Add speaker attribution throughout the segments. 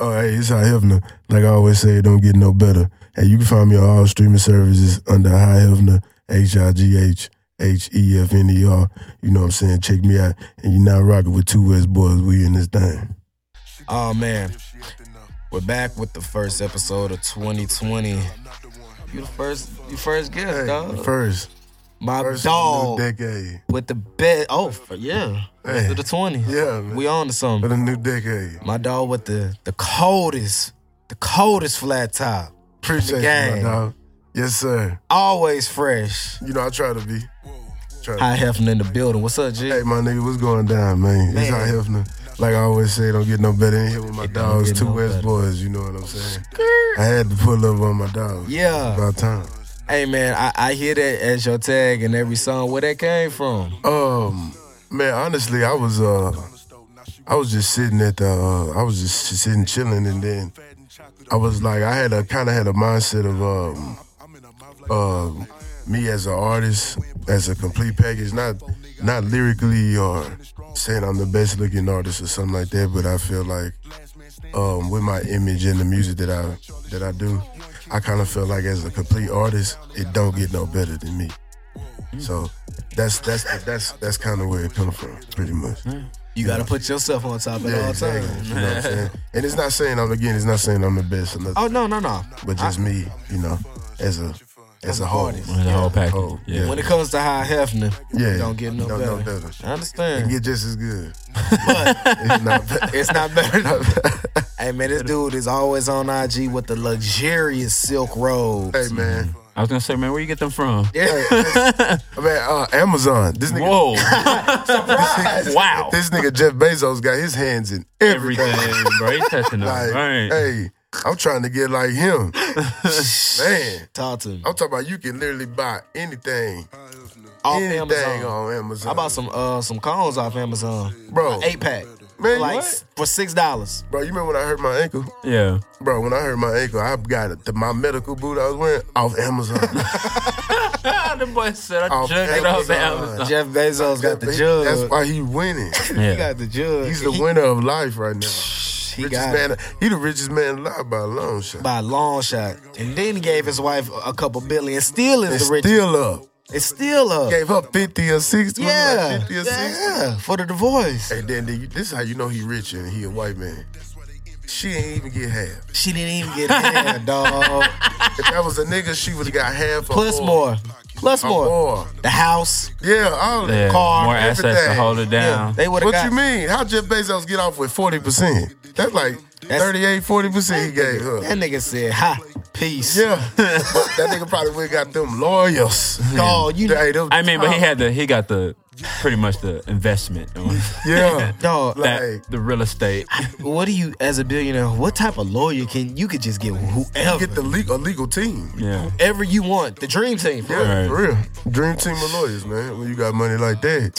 Speaker 1: All right, it's High Hefner. Like I always say, it don't get no better. Hey, you can find me on all streaming services under High Hefner, H I G H H E F N E R. You know what I'm saying? Check me out. And you're not rocking with two West boys. We in this thing.
Speaker 2: Oh man, we're back with the first episode of 2020. You the first, you first guest, dog.
Speaker 1: First,
Speaker 2: My
Speaker 1: first
Speaker 2: dog
Speaker 1: new decade.
Speaker 2: with the best. Oh, for, yeah,
Speaker 1: Hey.
Speaker 2: to the 20s.
Speaker 1: Yeah, man.
Speaker 2: we on to
Speaker 1: For
Speaker 2: something.
Speaker 1: the new decade.
Speaker 2: My dog with the the coldest, the coldest flat top.
Speaker 1: Appreciate you, my
Speaker 2: gang.
Speaker 1: dog. Yes, sir.
Speaker 2: Always fresh.
Speaker 1: You know, I try to be. Try to
Speaker 2: High Hefner in the building. What's up, G?
Speaker 1: Hey, my nigga, what's going down, man? It's
Speaker 2: Man.
Speaker 1: High Hefner. Like I always say, don't get no better in here with my
Speaker 2: It don't
Speaker 1: dogs,
Speaker 2: get
Speaker 1: two
Speaker 2: no
Speaker 1: West
Speaker 2: better.
Speaker 1: boys, you know what I'm saying? I had to pull up on my dogs.
Speaker 2: Yeah.
Speaker 1: About time.
Speaker 2: Hey man, I, I hear that as your tag in every song. Where that came from?
Speaker 1: Um, man, honestly, I was uh, I was just sitting at the, uh, I was just sitting chilling, and then I was like, I had a kind of had a mindset of um, uh, me as an artist, as a complete package, not not lyrically or saying I'm the best looking artist or something like that, but I feel like um, with my image and the music that I that I do, I kind of feel like as a complete artist, it don't get no better than me. So that's that's that's that's kind of where it comes from, pretty much.
Speaker 2: You gotta put yourself on top at all times.
Speaker 1: You know what I'm saying? And it's not saying I'm again, it's not saying I'm the best or nothing,
Speaker 2: Oh no, no, no.
Speaker 1: but just me, you know, as a as a whole.
Speaker 2: artist.
Speaker 3: The whole package.
Speaker 1: Oh,
Speaker 3: yeah.
Speaker 2: When it comes to High Hefner,
Speaker 1: Yeah,
Speaker 2: don't get no
Speaker 1: don't-
Speaker 2: better.
Speaker 1: don't better.
Speaker 2: I understand.
Speaker 1: Get just as good.
Speaker 2: but
Speaker 1: It's not bad.
Speaker 2: it's not better. hey man, this dude is always on IG with the luxurious silk robes.
Speaker 1: hey man,
Speaker 3: I was gonna say, man, where you get them from?
Speaker 1: man, uh, Amazon. This nigga,
Speaker 3: Whoa! wow!
Speaker 1: this nigga Jeff Bezos got his hands in everything.
Speaker 3: Everything, bro. He's touching them.
Speaker 1: Like,
Speaker 3: right.
Speaker 1: hey, I'm trying to get like him, man.
Speaker 2: Talk to me.
Speaker 1: I'm talking about you can literally buy anything,
Speaker 2: Off
Speaker 1: anything
Speaker 2: Amazon.
Speaker 1: on Amazon.
Speaker 2: I bought some uh some cones off Amazon.
Speaker 1: bro,
Speaker 2: Eight pack.
Speaker 1: Oh. man,
Speaker 2: like
Speaker 1: what?
Speaker 2: for six dollars.
Speaker 1: bro. You remember when I hurt my ankle,
Speaker 3: Yeah.
Speaker 1: bro? When I hurt my ankle, I got it, the, my medical boot I was wearing off Amazon.
Speaker 3: Ah, the boy said I
Speaker 1: Off
Speaker 3: jugged it off the
Speaker 1: Amazon.
Speaker 3: Amazon.
Speaker 2: Jeff Bezos got the jug.
Speaker 1: That's why he winning.
Speaker 2: He got the jug.
Speaker 1: He's the
Speaker 2: he,
Speaker 1: winner of life right now.
Speaker 2: He
Speaker 1: richest
Speaker 2: got
Speaker 1: man. He the richest man alive by a long shot.
Speaker 2: by a long shot, and then he gave his wife a couple billion. Still is
Speaker 1: And
Speaker 2: the richest.
Speaker 1: still up.
Speaker 2: It's still up.
Speaker 1: Gave up fifty or sixty. wasn't it
Speaker 2: Yeah,
Speaker 1: like 50 or 60?
Speaker 2: yeah, for the divorce.
Speaker 1: And then the, this is how you know he rich and he a white man. She ain't even get half.
Speaker 2: She didn't even get half, dog.
Speaker 1: If that was a nigga, she would have got half. or
Speaker 2: Plus more, plus
Speaker 1: Or
Speaker 2: more.
Speaker 1: more.
Speaker 2: The house.
Speaker 1: Yeah, all that.
Speaker 3: Yeah,
Speaker 2: Car,
Speaker 3: more assets to
Speaker 1: everything.
Speaker 3: hold it
Speaker 2: Yeah,
Speaker 3: down.
Speaker 2: they would have
Speaker 1: What
Speaker 2: got.
Speaker 1: you mean? How Jeff Bezos get off with 40%? That's like
Speaker 2: That's-
Speaker 1: 38, 40% he gave her.
Speaker 2: That nigga said, "Ha, peace."
Speaker 1: Yeah. that nigga probably would have got them lawyers.
Speaker 2: Dog, you
Speaker 1: They- them-
Speaker 3: I mean, but he had the he got the pretty much the investment, on
Speaker 1: Yeah.
Speaker 2: dog.
Speaker 3: that,
Speaker 1: Like-
Speaker 3: the real estate.
Speaker 2: What do you, as a billionaire, what type of lawyer can you could just get whoever,
Speaker 1: Get the legal, a legal team.
Speaker 3: Yeah.
Speaker 2: whoever you want, the dream team. bro.
Speaker 1: Yeah,
Speaker 3: Right.
Speaker 1: for real. Dream team of lawyers, man. When you got money like that.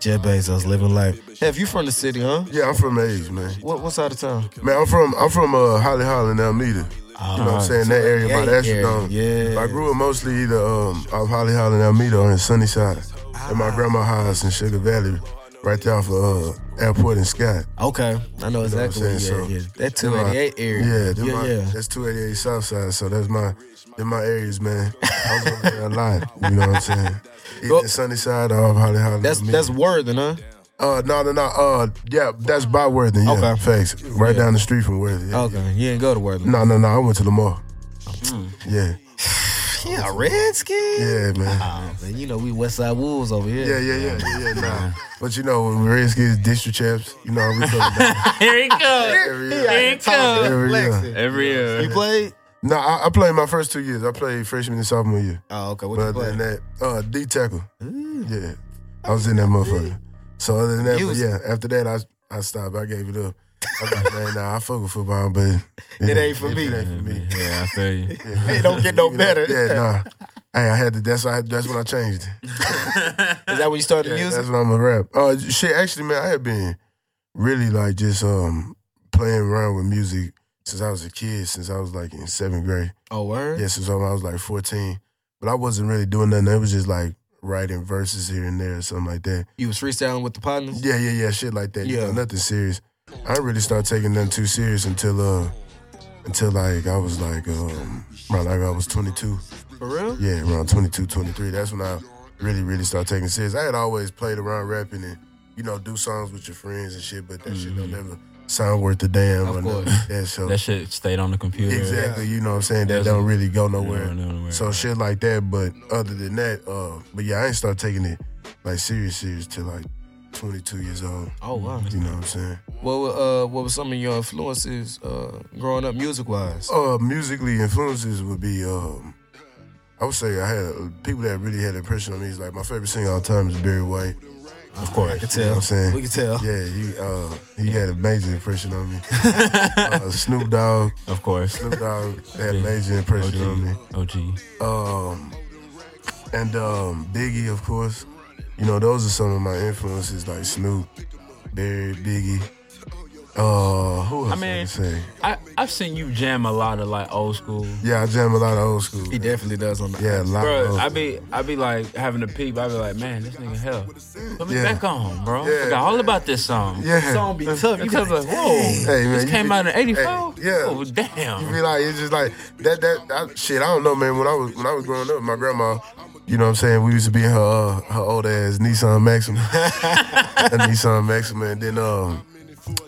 Speaker 2: Jeff Bezos living life. Have you from the city, huh?
Speaker 1: Yeah, I'm from A's, man.
Speaker 2: What what side of town?
Speaker 1: Man, I'm from I'm from uh, Holly Holland, Alameda. you know what I'm saying? That area by the
Speaker 2: Yeah, yeah,
Speaker 1: Astrodome.
Speaker 2: Ah. yeah.
Speaker 1: I grew up mostly either um, off Holly Holland, Alameda, or in Sunnyside, at
Speaker 2: Ah.
Speaker 1: my grandma's house in Sugar Valley, right there off of uh, Airport and Scott.
Speaker 2: Okay, I know exactly.
Speaker 1: saying?
Speaker 2: where you at,
Speaker 1: So, Them
Speaker 2: yeah, that
Speaker 1: my-
Speaker 2: 288 area.
Speaker 1: Yeah, them
Speaker 2: yeah,
Speaker 1: my-
Speaker 2: yeah.
Speaker 1: that's 288 Southside, so that's my in my areas, man. I was over there a lot. You know what I'm saying? Either
Speaker 2: Well-
Speaker 1: Sunnyside or off Holly Holland.
Speaker 2: That's
Speaker 1: Alameda.
Speaker 2: that's Worthing, huh?
Speaker 1: uh no no no uh yeah that's by Worthing. Yeah,
Speaker 2: Okay.
Speaker 1: facts. Right down the street from Worthing. Yeah.
Speaker 2: Okay, you didn't go to Worthing.
Speaker 1: No no no, I went to Lamar.
Speaker 2: Hmm.
Speaker 1: Yeah.
Speaker 2: Yeah, Redskins.
Speaker 1: Yeah, man.
Speaker 2: Oh, man, you know we West Side Wolves over here.
Speaker 1: Yeah, yeah, yeah, yeah, yeah, nah. But you know, when Redskins district champs, you know, we talking about
Speaker 3: Here he goes.
Speaker 1: every
Speaker 2: Yeah,
Speaker 1: year.
Speaker 3: Here he
Speaker 2: talking,
Speaker 3: comes.
Speaker 1: Every
Speaker 2: flexing.
Speaker 3: Every
Speaker 2: You
Speaker 3: year.
Speaker 2: played?
Speaker 1: No, I, I played my first two years. I played freshman and sophomore year.
Speaker 2: Oh, okay. What
Speaker 1: But
Speaker 2: you
Speaker 1: other than
Speaker 2: played?
Speaker 1: that, uh, D tackle. Yeah, I was in that motherfucker. So other than that,
Speaker 2: You
Speaker 1: but
Speaker 2: was-
Speaker 1: yeah, after that, I I stopped. I gave it up. I was like, man, nah, I fuck with football, but it,
Speaker 2: ain't for me.
Speaker 1: It ain't for me.
Speaker 3: Yeah, I feel you.
Speaker 2: It don't get no better.
Speaker 1: Yeah, nah. Hey, I had to. That's why. That's when I changed. it.
Speaker 2: Is that when you started
Speaker 1: Yeah,
Speaker 2: music?
Speaker 1: that's what I'm a rap. Uh, shit, actually, man, I have been really like just um playing around with music since I was a kid, since I was like in seventh grade.
Speaker 2: Oh, word.
Speaker 1: Yeah, since I was like 14. But I wasn't really doing nothing. It was just like writing verses here and there or something like that.
Speaker 2: You was freestyling with the partners.
Speaker 1: Yeah, yeah, yeah, shit like that. Yeah,
Speaker 2: Yeah.
Speaker 1: nothing serious. I didn't really start taking nothing too serious until uh until like I was like um around like I was 22.
Speaker 2: For real?
Speaker 1: Yeah, around 22, 23. That's when I really, really started taking it serious. I had always played around rapping and, you know, do songs with your friends and shit, but that shit don't never sound worth a damn
Speaker 2: Of
Speaker 1: or nothing
Speaker 2: course.
Speaker 1: like that. So,
Speaker 3: That shit stayed on the computer.
Speaker 1: exactly, you know what I'm saying? That
Speaker 3: Doesn't-
Speaker 1: don't really go nowhere.
Speaker 3: don't go nowhere,
Speaker 1: So,
Speaker 3: right.
Speaker 1: shit like that, but other than that, uh, but yeah, I ain't start taking it like serious, serious till like 22 years old.
Speaker 2: Oh wow.
Speaker 1: You know what I'm saying?
Speaker 2: What were, uh, what were some of your influences uh, growing up music wise?
Speaker 1: Uh, musically influences would be, um, I would say I had uh, people that really had an impression on me is like my favorite singer of all time is Barry White.
Speaker 2: Of course, I can
Speaker 1: You know what I'm
Speaker 2: tell.
Speaker 1: saying?
Speaker 2: we can tell.
Speaker 1: Yeah, he uh, he had a major impression on me. uh, Snoop Dogg,
Speaker 3: Of course.
Speaker 1: Snoop Dogg had a major impression on me.
Speaker 3: OG.
Speaker 1: Um, and um, Biggie, of course. You know, those are some of my influences, like Snoop, Barry, Biggie. Uh, who else I,
Speaker 3: mean-
Speaker 1: can say?
Speaker 3: I, I've seen you jam a lot of like old school.
Speaker 1: Yeah, I jam a lot of old school.
Speaker 2: He definitely does on the
Speaker 1: Yeah, a lot of
Speaker 3: Bro,
Speaker 1: old
Speaker 3: I
Speaker 1: school.
Speaker 3: be I be like having a peep. I be like, man, this nigga hell. Put me
Speaker 1: Yeah.
Speaker 3: back on, bro.
Speaker 1: Yeah.
Speaker 3: Forgot all about this song.
Speaker 1: Yeah.
Speaker 2: Song be tough.
Speaker 3: You
Speaker 2: You
Speaker 3: just like, whoa,
Speaker 1: Hey, man,
Speaker 3: this
Speaker 1: you
Speaker 3: came
Speaker 1: be-
Speaker 3: out in '84.
Speaker 1: Hey, yeah.
Speaker 3: oh damn.
Speaker 1: You be like, it's just like that. That I, shit. I don't know, man. When I was when I was growing up, my grandma, you know, what I'm saying we used to be in her uh, her old ass Nissan Maxima, a Nissan Maxima, and then um.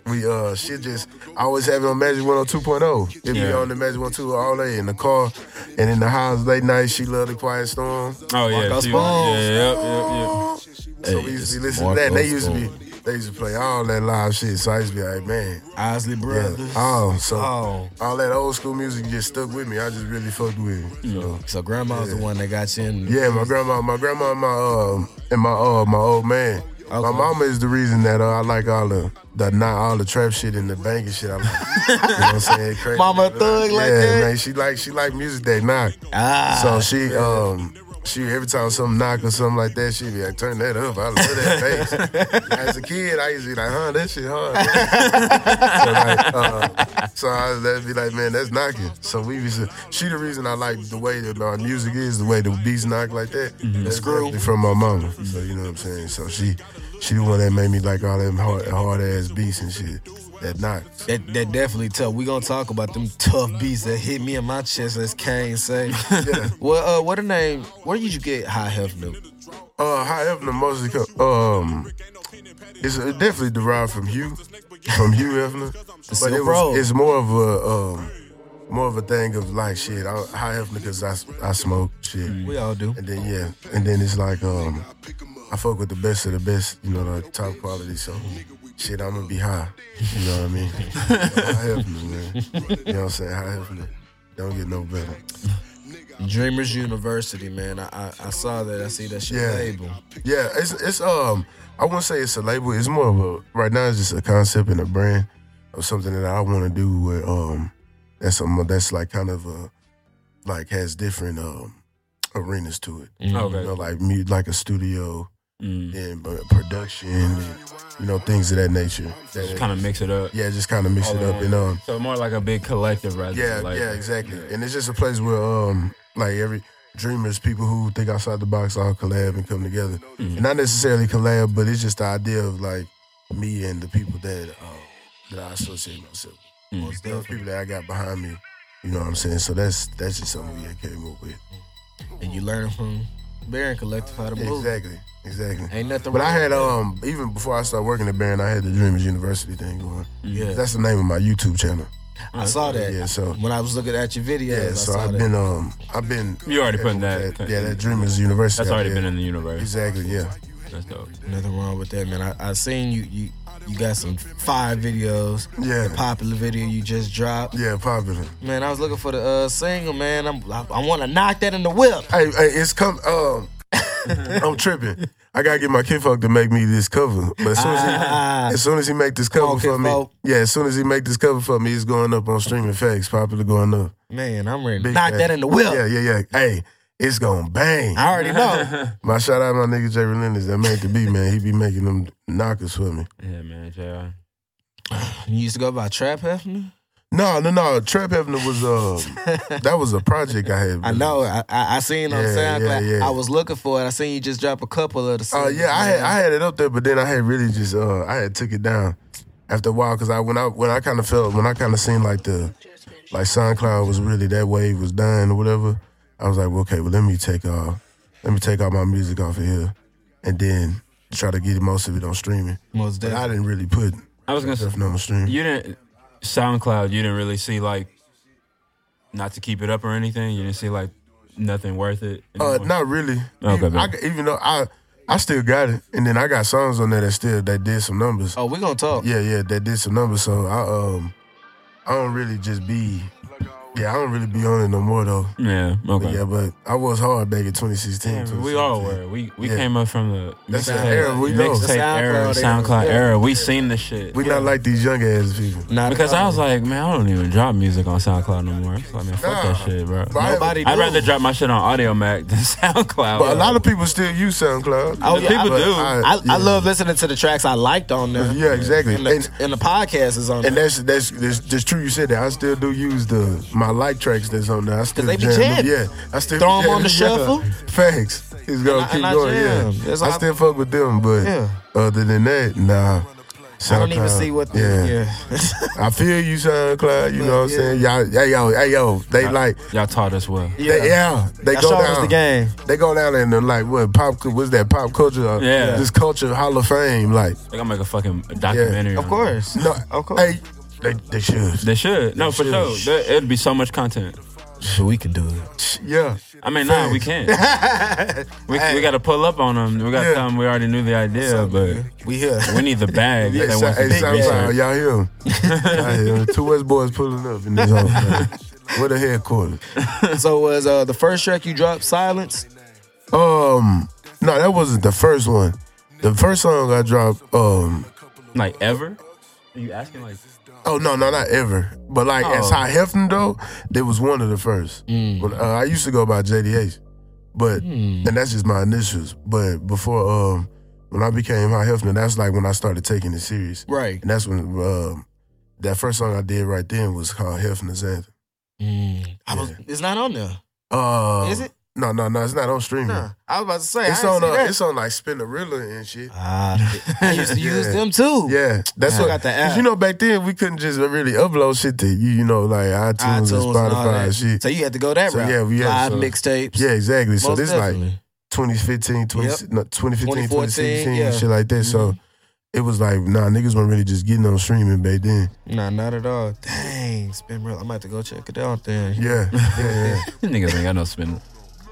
Speaker 1: We uh shit just I always have it on Magic 102.0. It be
Speaker 3: Yeah.
Speaker 1: on the Magic 102 all day in the car and in the house late night. She loved the Quiet Storm.
Speaker 3: oh yeah,
Speaker 2: Marcus
Speaker 3: she-
Speaker 2: Bones.
Speaker 3: yeah, yep, yep, yep.
Speaker 1: So we used to be
Speaker 2: it's
Speaker 1: listening to that. And they
Speaker 2: Marcus
Speaker 1: used to be they used to play all that live shit. So I used to be like, man,
Speaker 2: Osley
Speaker 1: yeah.
Speaker 2: Brothers.
Speaker 1: Oh, so
Speaker 2: Oh.
Speaker 1: all that old school music just stuck with me. I just really fucked with it. you know.
Speaker 2: So grandma's the one that got you in.
Speaker 1: Yeah, my grandma, my grandma, and my um, and my uh, my old man. My
Speaker 2: Okay.
Speaker 1: mama is the reason that uh, I like all the the not all the trap shit and the banging shit. I like, you know what I'm saying? Crazy.
Speaker 2: Mama thug
Speaker 1: yeah,
Speaker 2: like that?
Speaker 1: man. She like she like music that knock.
Speaker 2: Ah.
Speaker 1: So she um she every time something knock or something like that, she be like, turn that up. I love that bass. As a kid, I used to be like, huh, that shit hard. so, like, uh, so I was that'd be like, man, that's knocking. So we used to, she the reason I like the way that our music is, the way the beats knock like that.
Speaker 2: Mm-hmm.
Speaker 1: That's definitely from my mama. So you know what I'm saying. So she she the one that made me like all them hard hard ass beats and shit. That knocks.
Speaker 2: That, that definitely tough. We gonna talk about them tough beats that hit me in my chest, as Kane say. well, uh, what the name? Where did you get High Hef New?
Speaker 1: Uh, however, the mostly co- um, it's uh, definitely derived from Hugh, from Hugh Hefner, but it
Speaker 2: Silk
Speaker 1: was,
Speaker 2: Road.
Speaker 1: it's more of a um, more of a thing of like shit. I, high Hefner because I s- I smoke shit,
Speaker 2: We all do.
Speaker 1: and then yeah, and then it's like um, I fuck with the best of the best, you know, the top quality. So shit, I'm gonna be high. You know what I mean? high Hefner, man. You know what I'm saying? High Hefner. Don't get no better.
Speaker 2: Dreamers University, man. I, I I saw that. I see that shit
Speaker 1: Yeah. Oh,
Speaker 2: label.
Speaker 1: Yeah, it's it's um I wouldn't say it's a label. It's more of a right now it's just a concept and a brand of something that I want to do with um that's a that's like kind of a like has different um arenas to it.
Speaker 2: Mm-hmm.
Speaker 1: You know,
Speaker 3: Okay.
Speaker 1: like mu- like a studio
Speaker 3: Mm.
Speaker 1: and uh, production, and, you know, things of that nature. That-
Speaker 3: Kind of mix it up.
Speaker 1: yeah, just kind of mix it up and um
Speaker 3: So more like a big collective rather
Speaker 1: yeah,
Speaker 3: than like
Speaker 1: yeah, exactly. And it's just a place where um like every dreamers, people who think outside the box all collab and come together. And not necessarily collab, but it's just the idea of like me and the people that uh, that I associate myself with. Or Those people that I got behind me. You know what I'm saying? So that's that's just something we had came up with.
Speaker 2: And you learn from Baron Collective how to move.
Speaker 1: Exactly. Exactly.
Speaker 2: Ain't nothing
Speaker 1: But
Speaker 2: wrong
Speaker 1: I had
Speaker 2: with
Speaker 1: um even before I started working at Barron, I had the Dreamers University thing going.
Speaker 2: Yeah.
Speaker 1: That's the name of my YouTube channel.
Speaker 2: I saw that.
Speaker 1: Yeah, so-
Speaker 2: when I was looking at your videos,
Speaker 1: Yeah,
Speaker 2: I
Speaker 1: so
Speaker 2: saw
Speaker 1: I've
Speaker 2: that.
Speaker 1: been um I've been
Speaker 3: You already put that.
Speaker 1: yeah, that Dreamers University.
Speaker 3: That's
Speaker 1: out
Speaker 3: already
Speaker 1: there.
Speaker 3: been in the universe.
Speaker 1: Exactly, yeah.
Speaker 3: That's dope.
Speaker 2: Nothing wrong with that, man. I, I seen you you you got some fire videos.
Speaker 1: Yeah.
Speaker 2: The popular video you just dropped.
Speaker 1: Yeah, popular.
Speaker 2: Man, I was looking for the uh, single, man. I'm, I, I want to knock that in the whip.
Speaker 1: Hey, hey, it's come um I'm tripping. I gotta get my kid folk to make me this cover. But as soon as he,
Speaker 2: Ah.
Speaker 1: as soon as he make this cover
Speaker 2: on,
Speaker 1: for me,
Speaker 2: Kidfolk.
Speaker 1: yeah, as soon as he make this cover for me, it's going up on streaming facts, popular going up.
Speaker 2: Man, I'm ready. to
Speaker 1: Big
Speaker 2: knock
Speaker 1: facts.
Speaker 2: that in the whip.
Speaker 1: Yeah, yeah, yeah. Hey, it's gonna bang.
Speaker 2: I already know.
Speaker 1: My shout out my nigga Jay Relentless that made the beat, man. He be making them knockers for me.
Speaker 3: Yeah, man, JR.
Speaker 2: you used to go by Trap Hefner?
Speaker 1: No, no, no. Trap Hefner was uh that was a project I had.
Speaker 2: I know. I, I, I seen on
Speaker 1: Yeah, yeah,
Speaker 2: SoundCloud.
Speaker 1: yeah.
Speaker 2: I was looking for it. I seen you just drop a couple of the
Speaker 1: Uh,
Speaker 2: singles,
Speaker 1: yeah, I had
Speaker 2: man.
Speaker 1: I had it up there, but then I had really just uh I had took it down. after a while, because I when I when I kind of felt when I kind of seen like the like SoundCloud was really that wave was dying or whatever. I was like, well, okay, well let me take uh let me take all my music off of here, and then try to get most of it on streaming.
Speaker 2: Most
Speaker 1: But
Speaker 2: definitely.
Speaker 1: I didn't really put
Speaker 3: I was gonna say,
Speaker 1: nothing on stream.
Speaker 3: you didn't SoundCloud. You didn't really see like, not to keep it up or anything. You didn't see like nothing worth it.
Speaker 1: Uh,
Speaker 3: anymore?
Speaker 1: not really.
Speaker 3: Okay,
Speaker 1: even, I,
Speaker 3: bet.
Speaker 1: g- even though I I still got it, and then I got songs on there that still that did some numbers.
Speaker 2: Oh, we gonna talk.
Speaker 1: Yeah, yeah, that did some numbers. So I um I don't really just be yeah I don't really be on it no more though.
Speaker 3: Yeah.
Speaker 1: But
Speaker 3: Okay.
Speaker 1: yeah, but I was hard back in 2016.
Speaker 3: Yeah, we
Speaker 1: 2017.
Speaker 3: all were. We we
Speaker 1: Yeah.
Speaker 3: came up from the
Speaker 1: That's
Speaker 3: mixtape-
Speaker 1: the era we know.
Speaker 3: mixtape
Speaker 2: The SoundCloud
Speaker 3: era,
Speaker 2: era.
Speaker 3: SoundCloud
Speaker 2: Yeah.
Speaker 3: era. We seen the shit.
Speaker 1: We not like these young ass people.
Speaker 2: Not
Speaker 3: because I
Speaker 2: all.
Speaker 3: was like, man, I don't even drop music on SoundCloud no more. It's like, man, fuck
Speaker 1: Nah.
Speaker 3: that shit, bro.
Speaker 1: But I-
Speaker 2: Nobody-
Speaker 3: I'd rather
Speaker 2: do.
Speaker 3: drop my shit on Audio Mac than SoundCloud.
Speaker 1: But a lot of people still use SoundCloud.
Speaker 2: Oh, yeah,
Speaker 3: people
Speaker 1: But
Speaker 3: do.
Speaker 2: I,
Speaker 1: yeah.
Speaker 2: I love listening to the tracks I liked on there.
Speaker 1: Yeah, exactly.
Speaker 2: And the,
Speaker 1: And-
Speaker 2: and, the podcast is on
Speaker 1: And
Speaker 2: there.
Speaker 1: that's that's that's just true. You said that. I still do use the my like tracks that's on there. I still
Speaker 2: they be
Speaker 1: jam them.
Speaker 2: jamming.
Speaker 1: Yeah, I still
Speaker 2: Throw 'em on
Speaker 1: yeah,
Speaker 2: the shuffle.
Speaker 1: Yeah. Facts. It's gonna
Speaker 2: And I-
Speaker 1: keep
Speaker 2: and I
Speaker 1: going.
Speaker 2: jam.
Speaker 1: Yeah,
Speaker 2: That's
Speaker 1: I
Speaker 2: how-
Speaker 1: still fuck with them, but
Speaker 2: Yeah.
Speaker 1: other than that, nah.
Speaker 2: I don't even
Speaker 1: SoundCloud,
Speaker 2: see what. The,
Speaker 1: yeah.
Speaker 2: yeah.
Speaker 1: I feel you, SoundCloud. You know what I'm
Speaker 2: Yeah.
Speaker 1: saying? Y'all, hey yo, hey yo, they like,
Speaker 3: y'all taught us well.
Speaker 1: yeah, they, yeah, they
Speaker 2: Y'all
Speaker 1: go
Speaker 2: showed
Speaker 1: down.
Speaker 2: us the game.
Speaker 1: They go down there and they're like, what pop? cu- What's that pop culture? uh,
Speaker 3: Yeah.
Speaker 1: this culture hall of fame. Like,
Speaker 3: They gonna make a fucking documentary.
Speaker 2: Of
Speaker 3: on it.
Speaker 2: course.
Speaker 1: no,
Speaker 2: Of course.
Speaker 1: hey, they, they should.
Speaker 3: They should. No, for
Speaker 1: should.
Speaker 3: sure. There- It'd be so much content.
Speaker 2: So we could do it.
Speaker 1: Yeah,
Speaker 3: I mean, nah, we can't. we we got to pull up on them. We got to
Speaker 1: Yeah.
Speaker 3: tell them we already knew the idea, but
Speaker 2: We here.
Speaker 3: we need the bag. if
Speaker 1: Hey,
Speaker 3: they
Speaker 1: so, uh,
Speaker 3: want some
Speaker 1: hey,
Speaker 3: big
Speaker 1: SoundCloud,
Speaker 3: research.
Speaker 1: y'all hear him? Y'all hear him? Two West boys pulling up in this hole. man. Where the headquarters?
Speaker 2: so was uh, the first track you dropped, Silence?
Speaker 1: Um, no, that wasn't the first one. The first song I dropped, um,
Speaker 3: Like ever? Are you asking like?
Speaker 1: oh no, no, not ever, but like
Speaker 3: Oh. Mm.
Speaker 1: as High Hefton though, that was one of the first. But, uh, I used to go by JDH, but and that's just my initials. But before, um, when I became High Hefton, that's like when I started taking it serious,
Speaker 2: Right.
Speaker 1: and that's when um, that first song I did right then was called Hefton's Anthem.
Speaker 2: I was.
Speaker 1: Yeah.
Speaker 2: It's not on there.
Speaker 1: Uh,
Speaker 2: Is it?
Speaker 1: No, no, no. It's not on streaming.
Speaker 2: Nah. I was about to say.
Speaker 1: It's
Speaker 2: I
Speaker 1: on.
Speaker 2: ain't
Speaker 1: Uh,
Speaker 2: see that.
Speaker 1: it's on like Spinnerilla and shit.
Speaker 2: Ah, I used to use
Speaker 1: Yeah.
Speaker 2: them too.
Speaker 1: Yeah, that's
Speaker 2: I
Speaker 1: what.
Speaker 2: got the
Speaker 1: 'cause
Speaker 2: app.
Speaker 1: You know, back then we couldn't just really upload shit to you. You know, like iTunes,
Speaker 2: iTunes
Speaker 1: and
Speaker 2: and all
Speaker 1: Spotify and
Speaker 2: that.
Speaker 1: shit.
Speaker 2: So you had to go that
Speaker 1: So,
Speaker 2: route.
Speaker 1: yeah, we had-
Speaker 2: live
Speaker 1: so-
Speaker 2: mixtapes.
Speaker 1: yeah, exactly. So
Speaker 2: Most
Speaker 1: this like
Speaker 2: definitely.
Speaker 1: 2015, 20,
Speaker 2: Yep.
Speaker 1: no, 2015, 2016,
Speaker 2: 2014, yeah. Mm-hmm.
Speaker 1: shit like that. So it was like, nah, niggas weren't really just getting on streaming back then.
Speaker 2: Nah, not at all. Dang, spin real. I might have to go check it out then.
Speaker 1: Yeah, yeah, yeah.
Speaker 3: Niggas ain't got no spin.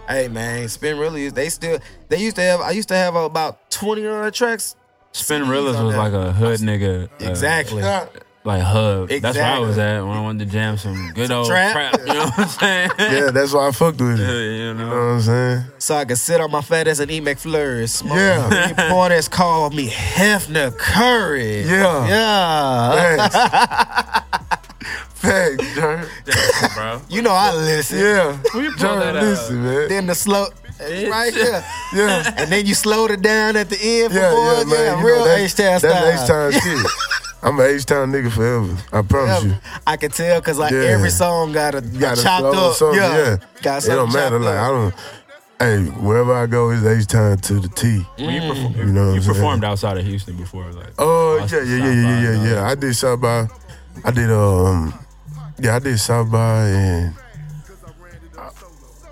Speaker 2: Hey man, spin really is they still they used to have I used to have about twenty odd tracks.
Speaker 3: Spin Realist was like a hood nigga. uh,
Speaker 2: Exactly.
Speaker 3: Like hub. That's where I was
Speaker 2: Exactly.
Speaker 3: at when I wanted to jam some good old
Speaker 2: trap.
Speaker 3: trap. You know what I'm saying?
Speaker 1: yeah, that's why I fucked with it.
Speaker 3: Yeah,
Speaker 1: You
Speaker 3: you
Speaker 1: know
Speaker 3: know.
Speaker 1: what I'm saying?
Speaker 2: So I could sit on my fat ass and eat McFlurries. Smoke
Speaker 1: Yeah.
Speaker 2: yeah. Reporters called me Hefner Curry.
Speaker 1: Yeah.
Speaker 2: Yeah.
Speaker 1: Facts. Facts, Jerk.
Speaker 3: Damn, bro.
Speaker 2: You know I listen.
Speaker 1: Yeah.
Speaker 3: you pull
Speaker 1: Jerk,
Speaker 3: that out?
Speaker 1: listen, man.
Speaker 2: Then the slow it's right here.
Speaker 1: Yeah.
Speaker 2: And then you slowed it down at the end for
Speaker 1: Yeah, yeah,
Speaker 2: boys.
Speaker 1: man.
Speaker 2: Yeah,
Speaker 1: you know,
Speaker 2: real
Speaker 1: that's-
Speaker 2: H Town style.
Speaker 1: That's H Town shit. I'm an H Town nigga forever. I promise you.
Speaker 2: I could tell because like
Speaker 1: Yeah.
Speaker 2: every song got a
Speaker 1: Got a
Speaker 2: chopped
Speaker 1: slow
Speaker 2: up.
Speaker 1: song,
Speaker 2: yeah.
Speaker 1: yeah.
Speaker 2: Got
Speaker 1: it don't
Speaker 2: something
Speaker 1: matter.
Speaker 2: chopped
Speaker 1: Like I
Speaker 2: up.
Speaker 1: don't. Hey, wherever I go, it's H Town to the T.
Speaker 3: Well, you perform-
Speaker 1: You know what
Speaker 3: you
Speaker 1: I'm saying?
Speaker 3: performed outside of Houston before, like.
Speaker 1: Oh yeah,
Speaker 3: Austin,
Speaker 1: yeah, yeah, yeah,
Speaker 3: South
Speaker 1: yeah,
Speaker 3: by,
Speaker 1: yeah, yeah. I did South by. I did um. Yeah, I did South by and.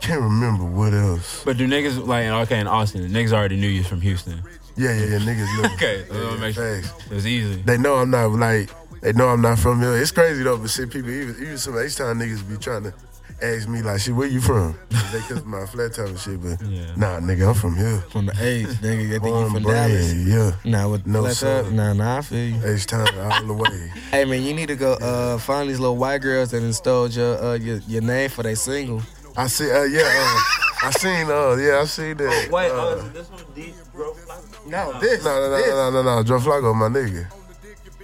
Speaker 1: I Can't remember what else.
Speaker 3: But do niggas like okay in Austin? Niggas already knew you was from Houston.
Speaker 1: Yeah, yeah, yeah. Niggas know.
Speaker 3: Okay, I wanna make sure.
Speaker 1: Facts.
Speaker 3: it was easy.
Speaker 1: They know I'm not like they know I'm not from here. It's crazy though, but shit, people even even some H Town niggas be trying to ask me like, shit, where you from? They cause my flat top and shit, but
Speaker 3: Yeah.
Speaker 1: nah, nigga, I'm from here.
Speaker 2: From the A's, nigga. I think you
Speaker 1: Born
Speaker 2: from
Speaker 1: bred,
Speaker 2: Dallas.
Speaker 1: yeah.
Speaker 2: Nah, with
Speaker 1: No,
Speaker 2: no, let
Speaker 1: sir.
Speaker 2: up. Nah, nah, I feel you.
Speaker 1: H Town all the way.
Speaker 2: Hey man, you need to go uh, find these little white girls that installed your uh, your, your name for their single.
Speaker 1: I see, uh, yeah, uh, I seen, uh, yeah, I seen that.
Speaker 3: Wait,
Speaker 1: uh,
Speaker 3: oh, this one D Bro
Speaker 2: No, this,
Speaker 1: no, no, no, no, no, no, Joe Flacco, my nigga.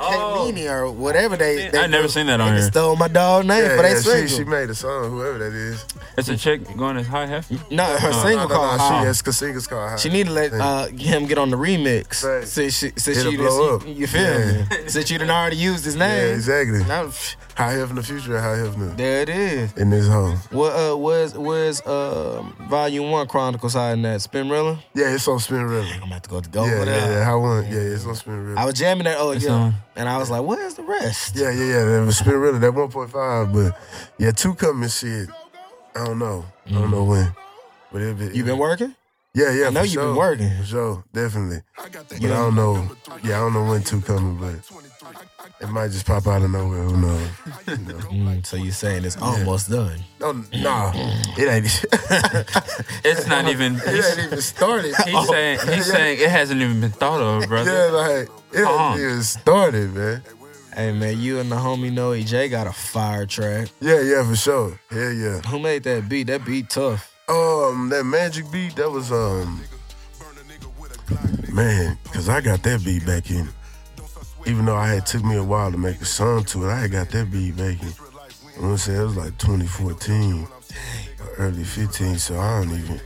Speaker 3: Oh.
Speaker 2: Kalini or whatever they. they
Speaker 3: I never seen that on
Speaker 2: They
Speaker 3: here.
Speaker 2: stole my dog name
Speaker 1: Yeah,
Speaker 2: for their
Speaker 1: yeah, she,
Speaker 2: single.
Speaker 1: she made a song, whoever that is.
Speaker 3: It's a chick going as high half.
Speaker 2: no, her
Speaker 3: No,
Speaker 1: No,
Speaker 2: single
Speaker 1: no,
Speaker 2: called
Speaker 1: no, she,
Speaker 2: High.
Speaker 1: yes, cause singers called High.
Speaker 2: She need to let uh, him get on the remix.
Speaker 1: Right.
Speaker 2: Since she, since
Speaker 1: It'll
Speaker 2: you,
Speaker 1: blow
Speaker 2: just, you,
Speaker 1: up.
Speaker 2: you feel
Speaker 1: Yeah.
Speaker 2: me? Since you done already used his
Speaker 1: Yeah,
Speaker 2: name.
Speaker 1: exactly.
Speaker 2: Now, pff,
Speaker 1: High Hefner Future, High Hefner
Speaker 2: There it is.
Speaker 1: in this hole.
Speaker 2: What uh where's where's uh volume one chronicles hiding that? Spin Rilla?
Speaker 1: Yeah, it's on Spin River.
Speaker 2: I'm gonna have to go to go
Speaker 1: Yeah,
Speaker 2: over there.
Speaker 1: yeah, yeah. How one? Yeah, it's on Spin River.
Speaker 2: I was jamming that oh yeah.
Speaker 3: on.
Speaker 2: And I was like, where's the rest?
Speaker 1: Yeah, yeah, yeah. That was spin really that 1.5, but yeah, two coming shit. I don't know. I don't know when. But it be,
Speaker 2: You been working?
Speaker 1: Yeah, yeah.
Speaker 2: I know
Speaker 1: for
Speaker 2: you
Speaker 1: sure.
Speaker 2: been working.
Speaker 1: For sure, definitely. But
Speaker 2: Yeah.
Speaker 1: I don't know. Yeah, I don't know when two coming, but it might just pop out of nowhere. Who knows? You know.
Speaker 2: Mm, so you're saying it's almost done.
Speaker 1: No, nah, it ain't.
Speaker 3: It's not even.
Speaker 1: it
Speaker 3: He's,
Speaker 1: ain't even started.
Speaker 3: he's saying he's saying it hasn't even been thought of,
Speaker 1: Yeah,
Speaker 3: brother.
Speaker 1: like it ain't
Speaker 3: Uh-uh.
Speaker 1: even started, man.
Speaker 2: Hey man, you and the homie Noe J got a fire track.
Speaker 1: Yeah, yeah, for sure. Yeah, yeah.
Speaker 2: Who made that beat? That beat tough.
Speaker 1: Um, that magic beat, that was um, man, cause I got that beat back in. Even though I had took me a while to make a song to it, I had got that beat back in. I want to say it was like 2014, or early 15. So I don't even.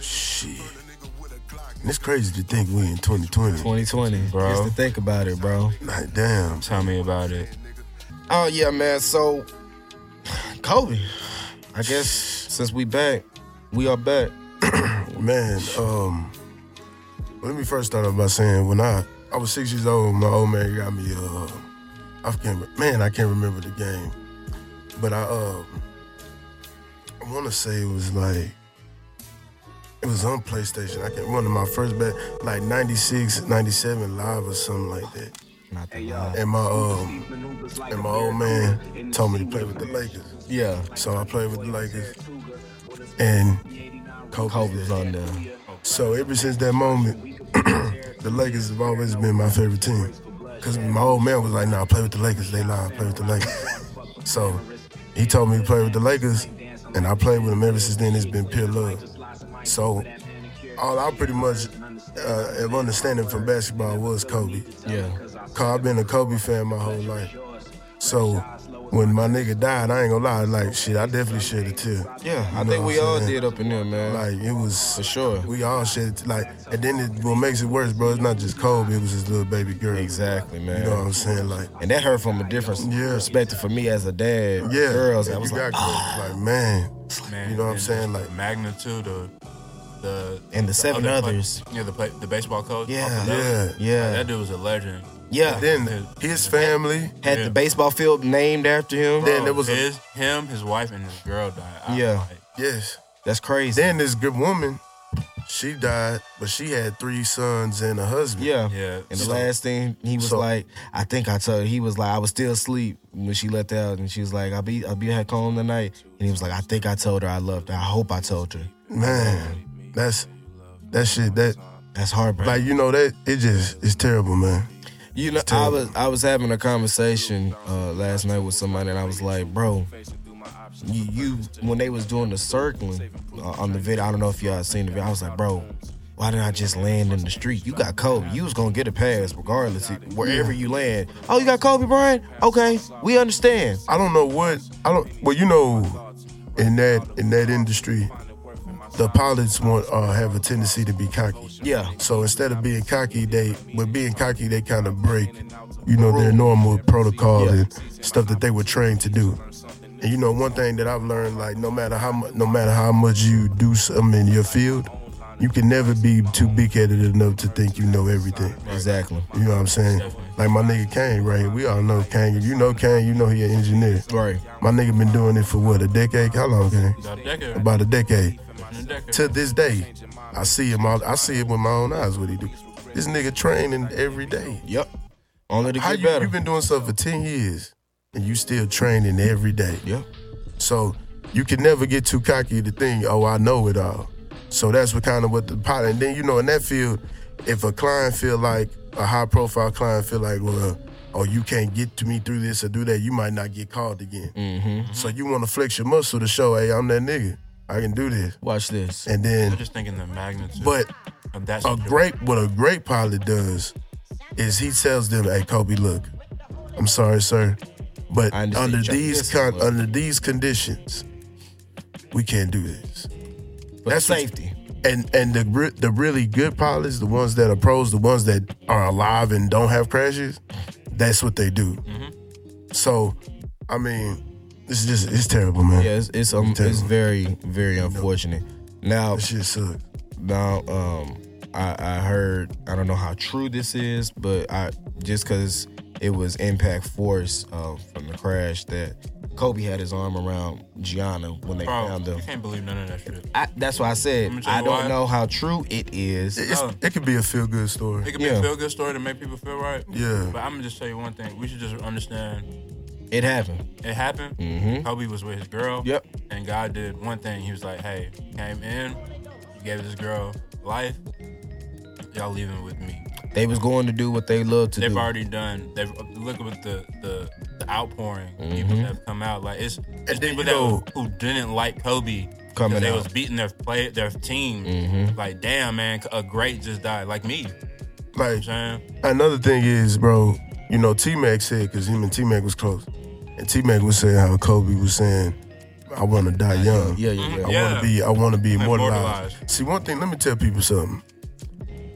Speaker 1: Shit, and it's crazy to think we in 2020.
Speaker 2: 2020.
Speaker 3: Bro.
Speaker 2: Just to think about it, bro.
Speaker 1: Like damn,
Speaker 3: Tell me about it.
Speaker 2: Oh yeah, man. So Kobe. I guess since we back, we are back.
Speaker 1: man. Um, let me first start off by saying when I I was six years old, my old man got me. Uh, I can't re- man, I can't remember the game, but I uh, I want to say it was like it was on PlayStation. I can one of my first bet like 96, 97 live or something like that.
Speaker 2: Not the lie.
Speaker 1: And my um and my old man told me to play with the Lakers,
Speaker 2: Yeah.
Speaker 1: so I played with the Lakers, and Kobe,
Speaker 2: Kobe was on there.
Speaker 1: So ever since that moment, the Lakers have always been my favorite team. Cause my old man was like, "Nah, play with the Lakers. They lie. Play with the Lakers." so he told me to play with the Lakers, and I played with them ever since then. It's been pure love. So all I pretty much uh, am understanding from basketball was Kobe.
Speaker 2: Yeah.
Speaker 1: Cause I've been a Kobe fan my whole life. So when my nigga died, I ain't gonna lie. Like shit, I definitely shed a tear.
Speaker 2: Yeah. I
Speaker 1: You know
Speaker 2: think
Speaker 1: what
Speaker 2: we
Speaker 1: I'm
Speaker 2: all
Speaker 1: saying?
Speaker 2: did up in there, man.
Speaker 1: Like it was
Speaker 2: For sure.
Speaker 1: We all shit like, and then it, what makes it worse, bro? It's not just Kobe. It was his little baby girl.
Speaker 2: exactly, man.
Speaker 1: You know what I'm saying? Like,
Speaker 2: and that hurt from a different
Speaker 1: Yeah.
Speaker 2: perspective for me as a dad.
Speaker 1: yeah,
Speaker 2: Girls.
Speaker 1: and
Speaker 2: I was
Speaker 1: you
Speaker 2: like, "Ah."
Speaker 1: got girls, like, man,
Speaker 3: Man,
Speaker 1: You know what I'm
Speaker 3: and
Speaker 1: saying?
Speaker 3: the
Speaker 1: Like-
Speaker 3: magnitude of the
Speaker 2: And the seven
Speaker 3: play-
Speaker 2: others.
Speaker 3: yeah, the play, the baseball coach.
Speaker 2: Yeah.
Speaker 3: Uncle Doug.
Speaker 1: yeah,
Speaker 3: Like,
Speaker 2: yeah.
Speaker 3: that dude was a legend.
Speaker 2: Yeah.
Speaker 1: Then his family.
Speaker 2: Had
Speaker 3: Yeah.
Speaker 2: the baseball field named after him.
Speaker 1: Then there
Speaker 3: Bro,
Speaker 1: was a-
Speaker 3: his, him, his wife, and his girl died. I,
Speaker 2: Yeah.
Speaker 3: like,
Speaker 1: Yes.
Speaker 2: That's crazy.
Speaker 1: Then this good woman, she died, but she had three sons and a husband.
Speaker 2: yeah.
Speaker 3: yeah.
Speaker 2: And the
Speaker 3: So-
Speaker 2: last thing he was
Speaker 1: so-
Speaker 2: like, I think I told he was like, I was still asleep when she left out, and she was like, I'll be I'll be at home tonight, and he was like, I think I told her I loved her. I hope I told her.
Speaker 1: Man, that's that shit. That
Speaker 2: That's heartbreaking.
Speaker 1: like you know that it just it's terrible, man.
Speaker 2: You know, I was I was having a conversation uh, last night with somebody, and I was like, "Bro, you, you when they was doing the circling uh, on the video, I don't know if y'all seen the video. I was like, bro." Why didn't I just land in the street? You got Kobe. You was gonna get a pass regardless, wherever you land. Oh, you got Kobe Bryant. Okay, we understand.
Speaker 1: I don't know what I don't. Well, you know, in that in that industry, the pilots want uh, have a tendency to be cocky.
Speaker 2: Yeah,
Speaker 1: So instead of being cocky, they with being cocky, they kind of break, you know, their normal protocol
Speaker 2: Yeah.
Speaker 1: and stuff that they were trained to do. And you know, one thing that I've learned, like no matter how much, no matter how much you do something in your field, you can never be too big headed enough to think you know everything.
Speaker 2: exactly.
Speaker 1: You know what I'm saying? Like my nigga Kane, right? here, We all know Kane. If you know Kane, you know he an engineer.
Speaker 2: Right.
Speaker 1: My nigga been doing it for what a decade? How long, Kane?
Speaker 3: About a decade.
Speaker 1: About a decade.
Speaker 3: a decade.
Speaker 1: To this day, I see him. All, I see it with my own eyes. What he do? This nigga training every day.
Speaker 2: Yep. Only to
Speaker 1: How
Speaker 2: get
Speaker 1: you,
Speaker 2: better.
Speaker 1: you been doing stuff for ten years, and you still training every day.
Speaker 2: Yeah.
Speaker 1: So you can never get too cocky to think, oh, I know it all. So that's what kind of what the pot. And then you know, in that field, if a client feel like a high profile client feel like, well, oh, you can't get to me through this or do that, you might not get called again. Mm-hmm. So you want to flex your muscle to show, hey, I'm that nigga. I can do this.
Speaker 2: Watch this.
Speaker 1: And
Speaker 3: I'm
Speaker 1: then,
Speaker 3: just thinking the magnitude.
Speaker 1: but
Speaker 3: of that
Speaker 1: a great what a great pilot does is he tells them, "Hey, Kobe, look, I'm sorry, sir, but
Speaker 2: I understand
Speaker 1: under
Speaker 2: you-
Speaker 1: these
Speaker 2: Yes,
Speaker 1: con-
Speaker 2: but-
Speaker 1: under these conditions, we can't do this."
Speaker 2: For
Speaker 1: that's what-
Speaker 2: safety.
Speaker 1: And and the re- the really good pilots, the ones that are pros, the ones that are alive and don't have crashes, that's what they do.
Speaker 2: Mm-hmm.
Speaker 1: So, I mean, it's just it's terrible, man.
Speaker 2: Yeah, it's it's, um, it's very very unfortunate. Now
Speaker 1: That shit sucks.
Speaker 2: now um I, I heard I don't know how true this is, but I just because it was impact force uh, from the crash that Kobe had his arm around Gianna when they
Speaker 3: Bro,
Speaker 2: found him.
Speaker 3: you can't believe none of that shit.
Speaker 2: I, that's why I
Speaker 3: Let me
Speaker 2: said
Speaker 3: tell you
Speaker 2: I don't
Speaker 3: why.
Speaker 2: know how true it is.
Speaker 1: It's,
Speaker 3: Oh.
Speaker 1: It could be a feel good story.
Speaker 3: It could be
Speaker 2: Yeah.
Speaker 3: a feel good story to make people feel right.
Speaker 1: Yeah.
Speaker 3: But I'm gonna just tell you one thing. We should just understand
Speaker 2: It happened.
Speaker 3: it happened.
Speaker 2: Mhm.
Speaker 3: Kobe was with his girl.
Speaker 2: Yep.
Speaker 3: And God did one thing. He was like, "Hey, you came in, you gave this girl life. Y'all leaving with me."
Speaker 2: They was going to do what they love to
Speaker 3: They've
Speaker 2: do.
Speaker 3: already done. They've look at the the, the outpouring
Speaker 2: Mm-hmm.
Speaker 3: people that have come out. Like it's, it's
Speaker 1: then,
Speaker 3: people
Speaker 1: you know-
Speaker 3: that who didn't like Kobe
Speaker 2: Coming
Speaker 3: because they
Speaker 2: out. Mm-hmm.
Speaker 3: was beating their play their team. Like damn man, a great just died. Like me, you know
Speaker 1: Like
Speaker 3: what I'm saying.
Speaker 1: another thing is, bro. You know, T Mac said because him and T Mac was close, and T Mac was saying how Kobe was saying, "I want to die young.
Speaker 2: Yeah, yeah, yeah.
Speaker 1: I
Speaker 3: Yeah.
Speaker 1: want to be. I want to be immortalized.
Speaker 3: Immortalized.
Speaker 1: See, one thing. Let me tell people something.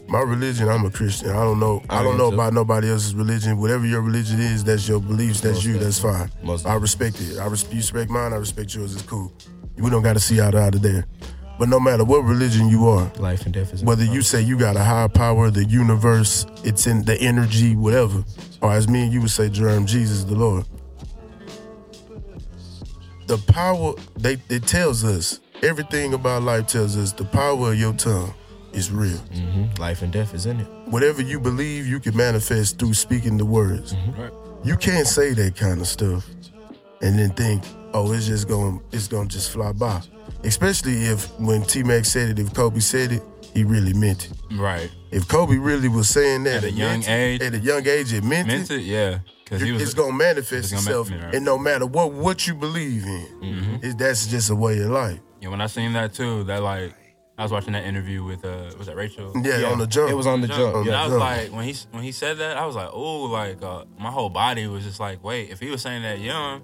Speaker 1: My religion. I'm a Christian. I don't know. I,
Speaker 2: I
Speaker 1: don't
Speaker 2: am
Speaker 1: know
Speaker 2: too.
Speaker 1: about nobody else's religion. Whatever your religion is, that's your beliefs. That's
Speaker 2: Most
Speaker 1: you. That's
Speaker 2: definitely.
Speaker 1: fine.
Speaker 2: Most
Speaker 1: I respect it. I res- you respect mine. I respect yours. It's cool. We don't got to see out out of there. But no matter what religion you are,
Speaker 2: Life and death is
Speaker 1: whether you say you got a higher power, the universe, it's in the energy, whatever, or as me and you would say, Jerm, Jesus, the Lord. The power they it tells us everything about life tells us the power of your tongue is real.
Speaker 2: hmm life and death is in it.
Speaker 1: Whatever you believe, you can manifest through speaking the words.
Speaker 3: Right.
Speaker 1: You can't say that kind of stuff and then think, oh, it's just going to it's gonna just fly by. Especially if when T Mac said it, if Kobe said it, he really meant it.
Speaker 3: Right.
Speaker 1: If Kobe really was saying that
Speaker 3: At a
Speaker 1: it
Speaker 3: young
Speaker 1: meant-
Speaker 3: age.
Speaker 1: at a young age, it meant,
Speaker 3: Meant
Speaker 1: it,
Speaker 3: it, yeah. Because he was
Speaker 1: it's gonna manifest
Speaker 3: it's gonna
Speaker 1: itself,
Speaker 3: ma- yeah.
Speaker 1: and no matter what what you believe in,
Speaker 3: Mm-hmm.
Speaker 1: it, that's just a way of life.
Speaker 3: Yeah, when I seen that too, that like I was watching that interview with uh was that Rachel?
Speaker 1: Yeah, on the jump,
Speaker 2: It was on the jump.
Speaker 3: And
Speaker 2: Yeah.
Speaker 3: I was
Speaker 1: yeah.
Speaker 3: like, when he when he said that, I was like, oh, like uh, my whole body was just like, wait, if he was saying that young,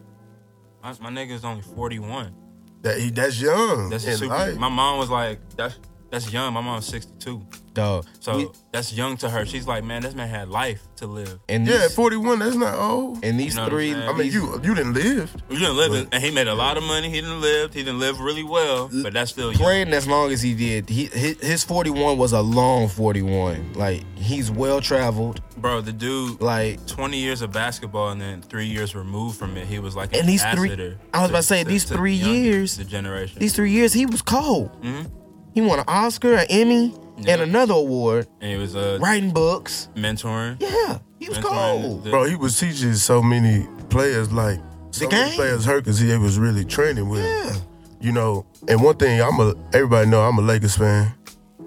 Speaker 3: my, my nigga's only forty one.
Speaker 1: that he, that's young.
Speaker 3: That's
Speaker 1: in
Speaker 3: super.
Speaker 1: life.
Speaker 3: My mom was like, that's that's young. My mom's sixty two,
Speaker 2: Dog.
Speaker 3: so
Speaker 2: We-
Speaker 3: that's young to her. She's like, man, this man had life to live.
Speaker 2: and
Speaker 1: yeah,
Speaker 2: these,
Speaker 1: forty one. That's not old.
Speaker 2: and these
Speaker 3: You know what I'm
Speaker 2: three.
Speaker 3: saying?
Speaker 1: I mean,
Speaker 2: these-
Speaker 1: you you didn't live.
Speaker 3: He didn't live, it, and he made a lot of money. He didn't live. He didn't live really well, but that's still young.
Speaker 2: playing as long as he did. He hi- his 41 was a long 41. Like he's well traveled.
Speaker 3: bro. The dude.
Speaker 2: Like
Speaker 3: 20 years of basketball and then three years removed from it, he was like an
Speaker 2: And these three-
Speaker 3: ambassador
Speaker 2: I was about to say, these three
Speaker 3: young-
Speaker 2: years-
Speaker 3: the generation,
Speaker 2: these three years, he was cold.
Speaker 3: Mm-hmm.
Speaker 2: He won an Oscar, an Emmy, and another award.
Speaker 3: and he was uh,
Speaker 2: Writing books.
Speaker 3: mentoring.
Speaker 2: Yeah, he was
Speaker 3: mentoring
Speaker 2: cold.
Speaker 3: the-
Speaker 1: Bro, he was teaching so many players like so many
Speaker 2: game.
Speaker 1: players hurt because he was really training with. him. You know, and one thing I'm a everybody know I'm a Lakers fan.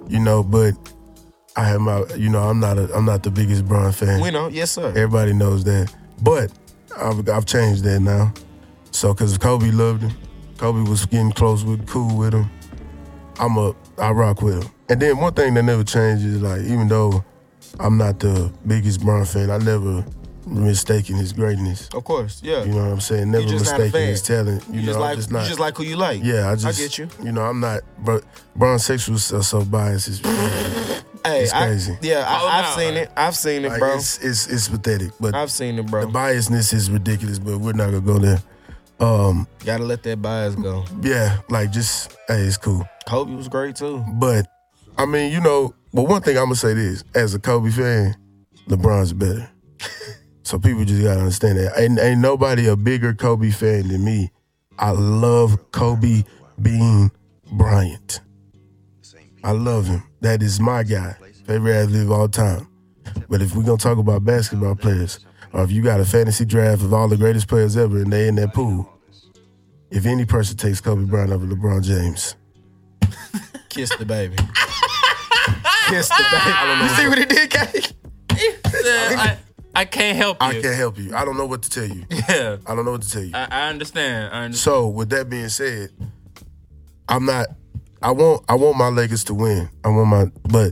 Speaker 1: You know, but I have my you know I'm not a I'm not the biggest Bron fan.
Speaker 2: We know, yes sir.
Speaker 1: Everybody knows that, but I've, I've changed that now. So because Kobe loved him, Kobe was getting close with, cool with him. I'm a, I rock with him. And then one thing that never changes, like even though I'm not the biggest Bron fan, I never mistaken his greatness.
Speaker 2: Of course, yeah.
Speaker 1: You know what I'm saying? Never
Speaker 2: just not a
Speaker 1: mistaken
Speaker 2: fan.
Speaker 1: his talent. You,
Speaker 2: You
Speaker 1: know,
Speaker 2: just
Speaker 1: I'm
Speaker 2: like
Speaker 1: just not.
Speaker 2: you just like who you like.
Speaker 1: yeah, I just.
Speaker 2: get you.
Speaker 1: You know, I'm not. But Bron sexuals are so biased. It's,
Speaker 2: Hey,
Speaker 1: It's
Speaker 2: I-
Speaker 1: crazy.
Speaker 2: yeah,
Speaker 3: Call him
Speaker 2: I, I've
Speaker 3: out.
Speaker 2: seen it. I've seen it,
Speaker 1: like,
Speaker 2: bro.
Speaker 1: it's, it's it's pathetic. But
Speaker 2: I've seen it, bro.
Speaker 1: the biasness is ridiculous, but we're not gonna go there. Um,
Speaker 2: Gotta let that bias go.
Speaker 1: yeah, like just hey, it's cool.
Speaker 2: Kobe was great too.
Speaker 1: But I mean, you know, but one thing I'm gonna say this: as a Kobe fan, LeBron's better. so people just gotta understand that. Ain't, ain't nobody a bigger Kobe fan than me. I love Kobe Bean Bryant. I love him. That is my guy. Favorite athlete of all time. But if we're gonna talk about basketball players, or if you got a fantasy draft of all the greatest players ever and they in that pool, if any person takes Kobe Bryant over LeBron James,
Speaker 2: Kiss the baby. Kiss the baby. You see what he did, Kate?
Speaker 3: I, I can't help you.
Speaker 1: I can't help you. I don't know what to tell you.
Speaker 3: Yeah,
Speaker 1: I don't know what to tell you.
Speaker 3: I, I understand. I understand.
Speaker 1: So with that being said, I'm not. I want. I want my Lakers to win. I want my. But,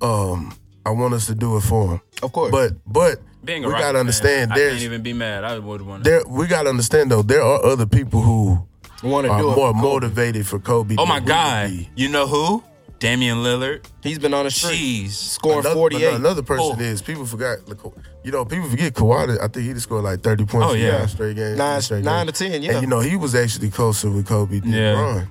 Speaker 1: um, I want us to do it for them.
Speaker 2: Of course.
Speaker 1: But but
Speaker 3: Being a
Speaker 1: we
Speaker 3: Rockets
Speaker 1: gotta
Speaker 3: fan,
Speaker 1: understand
Speaker 3: I can't
Speaker 1: there's
Speaker 3: even be mad. I would want to.
Speaker 1: there we gotta understand though there are other people who
Speaker 2: want to
Speaker 1: are
Speaker 2: do it.
Speaker 1: more motivated for Kobe.
Speaker 3: Oh
Speaker 1: than
Speaker 3: my
Speaker 1: we would
Speaker 3: God!
Speaker 1: be.
Speaker 3: You know who? Damian Lillard.
Speaker 2: He's been on the street
Speaker 3: Jeez.
Speaker 2: scoring
Speaker 1: Another- but
Speaker 2: 48.
Speaker 1: no, Another person
Speaker 3: Oh.
Speaker 1: is people forgot. Like, you know, people forget Kawhi. I think he just scored like thirty points.
Speaker 3: Oh,
Speaker 1: in
Speaker 3: yeah.
Speaker 1: nine straight games.
Speaker 2: Nine-
Speaker 1: straight
Speaker 2: nine
Speaker 1: games.
Speaker 2: to 10, yeah.
Speaker 1: And you know, he was actually closer with Kobe than
Speaker 3: Yeah.
Speaker 1: Bron.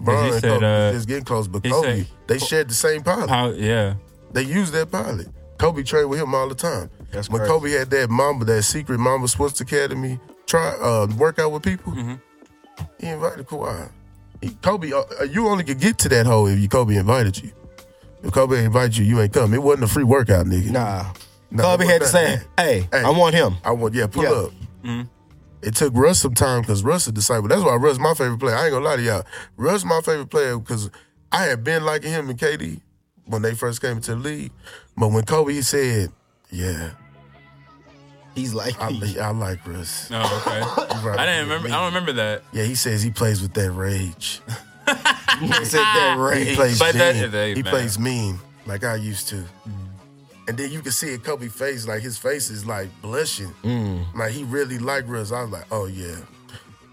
Speaker 1: Bron
Speaker 3: he
Speaker 1: and
Speaker 3: said,
Speaker 1: Kobe
Speaker 3: uh,
Speaker 1: was just getting close, but
Speaker 3: he
Speaker 1: Kobe,
Speaker 3: said-
Speaker 1: they shared the same pilot.
Speaker 3: How? Yeah.
Speaker 1: They used that pilot. Kobe trained with him all the time.
Speaker 2: That's
Speaker 1: when
Speaker 2: crazy.
Speaker 1: Kobe had that Mamba, that secret Mamba Sports Academy try uh, workout with people,
Speaker 3: Mm-hmm.
Speaker 1: he invited Kawhi. He, Kobe, uh, uh, you only could get to that hole if you Kobe invited you. If Kobe ain't invite you, you ain't come. It wasn't a free workout, nigga.
Speaker 2: Nah.
Speaker 1: No,
Speaker 2: Kobe
Speaker 1: what
Speaker 2: had to
Speaker 1: that-
Speaker 2: say, hey, I want him.
Speaker 1: I want, yeah, pull
Speaker 2: Yeah.
Speaker 1: up.
Speaker 3: Mm-hmm.
Speaker 1: It took Russ some time because Russ is disciple. That's why Russ my favorite player. I ain't gonna lie to y'all. Russ my favorite player because I had been liking him and KD when they first came into the league. But when Kobe he said, "Yeah,
Speaker 2: He's like,
Speaker 1: I, li- I like Russ."
Speaker 3: Oh, okay.
Speaker 1: He right
Speaker 3: I
Speaker 1: there
Speaker 3: didn't
Speaker 1: with
Speaker 3: remember.
Speaker 1: me.
Speaker 3: I don't remember that.
Speaker 1: Yeah, he says he plays with that rage.
Speaker 2: said that
Speaker 1: He
Speaker 2: right.
Speaker 1: plays
Speaker 3: But that-
Speaker 1: mean.
Speaker 3: they-
Speaker 1: he
Speaker 3: man. Mm.
Speaker 1: plays mean like I used to. And then you can see in Kobe's face, like his face is like blushing.
Speaker 3: Mm.
Speaker 1: Like he really liked Russ. I was like, oh yeah.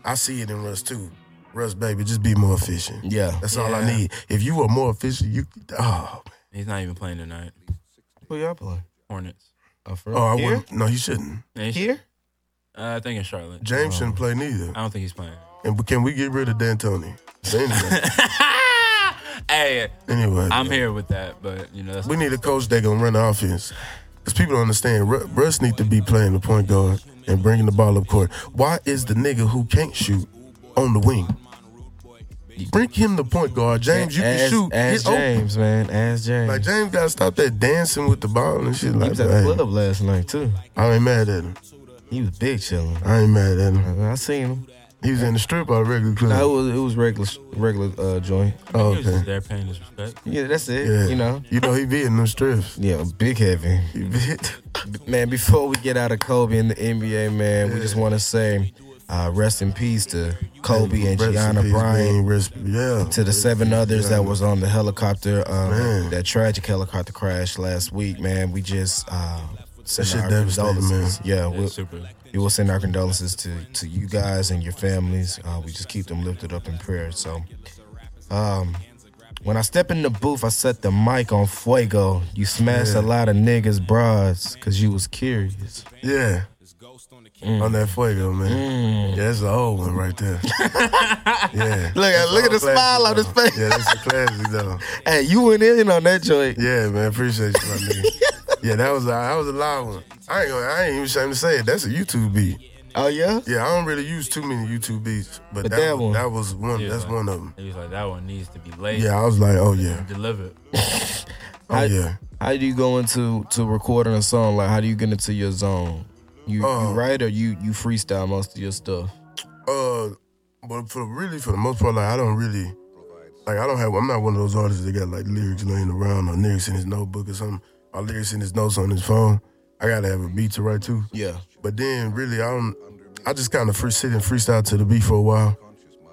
Speaker 1: I see it in Russ too. Russ, baby, just be more efficient.
Speaker 2: Yeah.
Speaker 1: That's all I
Speaker 3: Yeah.
Speaker 1: need. If you were more efficient, you oh man.
Speaker 3: He's not even playing tonight.
Speaker 2: Who y'all play?
Speaker 3: Hornets.
Speaker 2: Oh, for real?
Speaker 1: Oh, I
Speaker 2: Here?
Speaker 1: wouldn't no, he shouldn't.
Speaker 3: Yeah, he should-
Speaker 2: Here?
Speaker 3: Uh, I think in Charlotte.
Speaker 1: James
Speaker 3: Oh.
Speaker 1: shouldn't play neither.
Speaker 3: I don't think he's playing.
Speaker 1: And but can we get rid of D'Antoni? But Anyway,
Speaker 3: hey,
Speaker 1: anyway
Speaker 3: I'm here with that, but you know that's
Speaker 1: we need a coach that gonna run the offense. Cause people don't understand. Ru- Russ need to be playing the point guard and bringing the ball up court. Why is the nigga who can't shoot on the wing? Bring him the point guard, James. You can
Speaker 2: Ask-
Speaker 1: shoot.
Speaker 2: ask
Speaker 1: Get open.
Speaker 2: James, man. Ask James.
Speaker 1: Like James gotta stop that dancing with the ball and shit.
Speaker 2: he
Speaker 1: Like,
Speaker 2: was at the
Speaker 1: that.
Speaker 2: club last night, too.
Speaker 1: I ain't mad at him.
Speaker 2: He was big chilling.
Speaker 1: I ain't mad at him.
Speaker 2: I, I seen him.
Speaker 1: He was in the strip all regular club.
Speaker 2: No, it was it was regular regular uh, joint.
Speaker 1: Oh,
Speaker 3: He was just
Speaker 1: okay.
Speaker 3: there paying his respect.
Speaker 2: Yeah, that's it.
Speaker 1: Yeah.
Speaker 2: You know.
Speaker 1: You know he be in them strips.
Speaker 2: Yeah, big heavy.
Speaker 1: He be it.
Speaker 2: Man, before we get out of Kobe and the NBA, man, we just want to say uh, rest in peace to Kobe and
Speaker 1: Rest in
Speaker 2: Gianna
Speaker 1: peace,
Speaker 2: Bryant.
Speaker 1: man. Rest- Yeah.
Speaker 2: To the seven others that was on the helicopter, um,
Speaker 1: Man.
Speaker 2: that tragic helicopter crash last week, man. We just uh, send
Speaker 1: shit
Speaker 2: our
Speaker 1: devastating,
Speaker 2: condolences. Yeah,
Speaker 3: That's
Speaker 2: we'll,
Speaker 3: super.
Speaker 2: we will send our condolences to to you guys and your families. Uh, we just keep them lifted up in prayer. So, um, when I step in the booth, I set the mic on fuego. You smashed a lot of niggas' broads because you was curious.
Speaker 1: Yeah.
Speaker 2: Mm.
Speaker 1: On that fuego, man. Yeah, that's the old one right there. yeah.
Speaker 2: Look at look at the smile on his face.
Speaker 1: Yeah, that's a classic though.
Speaker 2: Hey, you went in on that joint.
Speaker 1: Yeah, man, appreciate you, my nigga. Yeah, that was a, that was a loud one. I ain't gonna, I ain't even ashamed to say it. That's a YouTube beat.
Speaker 2: Oh yeah.
Speaker 1: Yeah, I don't really use too many YouTube beats, but,
Speaker 2: But
Speaker 1: that,
Speaker 2: that
Speaker 1: was-
Speaker 2: one.
Speaker 1: that was one. That's one of them.
Speaker 3: He was like, that one needs to be late.
Speaker 1: Yeah, I was like, oh yeah,
Speaker 3: Delivered.
Speaker 1: oh yeah.
Speaker 2: How do you go into to recording a song? Like, how do you get into your zone? You,
Speaker 1: Uh,
Speaker 2: you write or you you freestyle most of your stuff?
Speaker 1: Uh, but for really, for the most part, like I don't really, like I don't have. I'm not one of those artists that got like lyrics laying around or lyrics in his notebook or something. Or lyrics in his notes on his phone. I gotta have a beat to write to.
Speaker 2: Yeah.
Speaker 1: But then really, I don't. I just kind of free sit and freestyle to the beat for a while.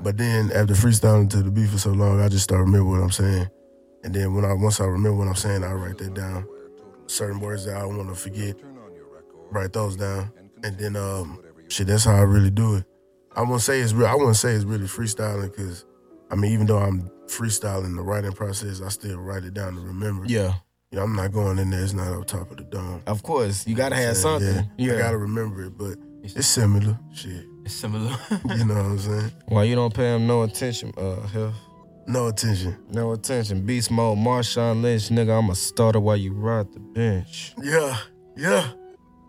Speaker 1: But then after freestyling to the beat for so long, I just start remember what I'm saying. And then when I once I remember what I'm saying, I write that down. Certain words that I want to forget, write those down. And then um, shit, that's how I really do it. I won't say it's real. I wouldn't say it's really freestyling because, I mean, even though I'm freestyling the writing process, I still write it down to remember.
Speaker 2: Yeah.
Speaker 1: You know, I'm not going in there. It's not up top of the dome.
Speaker 2: Of course, you gotta have something.
Speaker 1: I gotta remember it, but it's similar. Shit.
Speaker 3: It's similar.
Speaker 1: You know what I'm saying?
Speaker 2: Why you don't pay him no attention, uh, Hef?
Speaker 1: No attention.
Speaker 2: No attention. Beast mode, Marshawn Lynch, nigga, I'm a starter while you ride the bench.
Speaker 1: Yeah. Yeah.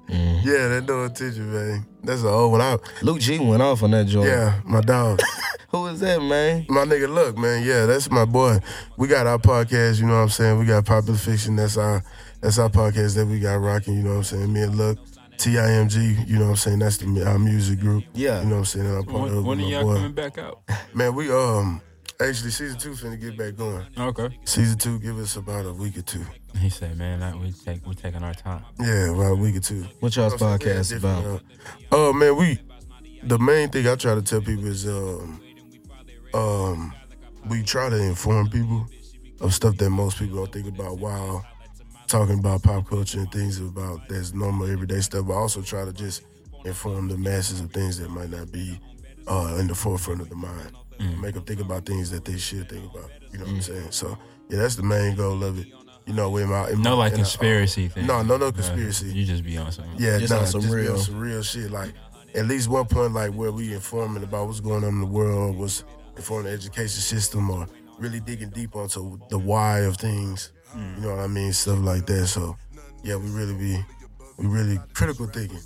Speaker 1: Yeah, that no attention, man. That's an old one. I,
Speaker 2: Luke G went off on that joint.
Speaker 1: yeah, my dog.
Speaker 2: Who is that, man?
Speaker 1: my nigga, look, man. Yeah, that's my boy. We got our podcast, you know what I'm saying? We got Popular Fiction. That's our that's our podcast that we got rocking, you know what I'm saying? Me and Luck, TIMG, you know what I'm saying? That's the, our music group.
Speaker 2: Yeah.
Speaker 1: You know what I'm saying? That I'm part
Speaker 3: when
Speaker 1: of with
Speaker 3: when are
Speaker 1: my
Speaker 3: y'all
Speaker 1: boy.
Speaker 3: coming back out?
Speaker 1: Man, we, um, actually, season two finna get back going.
Speaker 3: Okay.
Speaker 1: Season two, give us about a week or two.
Speaker 3: He said, man, that we take, we're taking our time.
Speaker 1: Yeah, about a week or two.
Speaker 2: What y'all's podcast
Speaker 1: Yeah,
Speaker 2: about?
Speaker 1: different, uh, Oh man, we. The main thing I try to tell people is, um, um, we try to inform people of stuff that most people don't think about while talking about pop culture and things about that's normal everyday stuff. But also try to just inform the masses of things that might not be uh, in the forefront of the mind.
Speaker 2: Mm.
Speaker 1: make them think about things that they should think about. You know what I'm saying? So yeah, that's the main goal of it. You know, with my in
Speaker 3: No
Speaker 1: my-
Speaker 3: like
Speaker 1: in a-
Speaker 3: conspiracy things.
Speaker 1: uh, no, no, no
Speaker 3: Nah,
Speaker 1: conspiracy.
Speaker 3: You just be on something.
Speaker 1: Yeah,
Speaker 2: Just
Speaker 1: nah,
Speaker 2: on some
Speaker 1: just be
Speaker 2: real-
Speaker 1: on some real shit. Like at least one point, like where we informing about what's going on in the world, what's informing the education system, or really digging deep onto the why of things. You know what I mean? Stuff like that. So yeah, we really be we really critical thinking.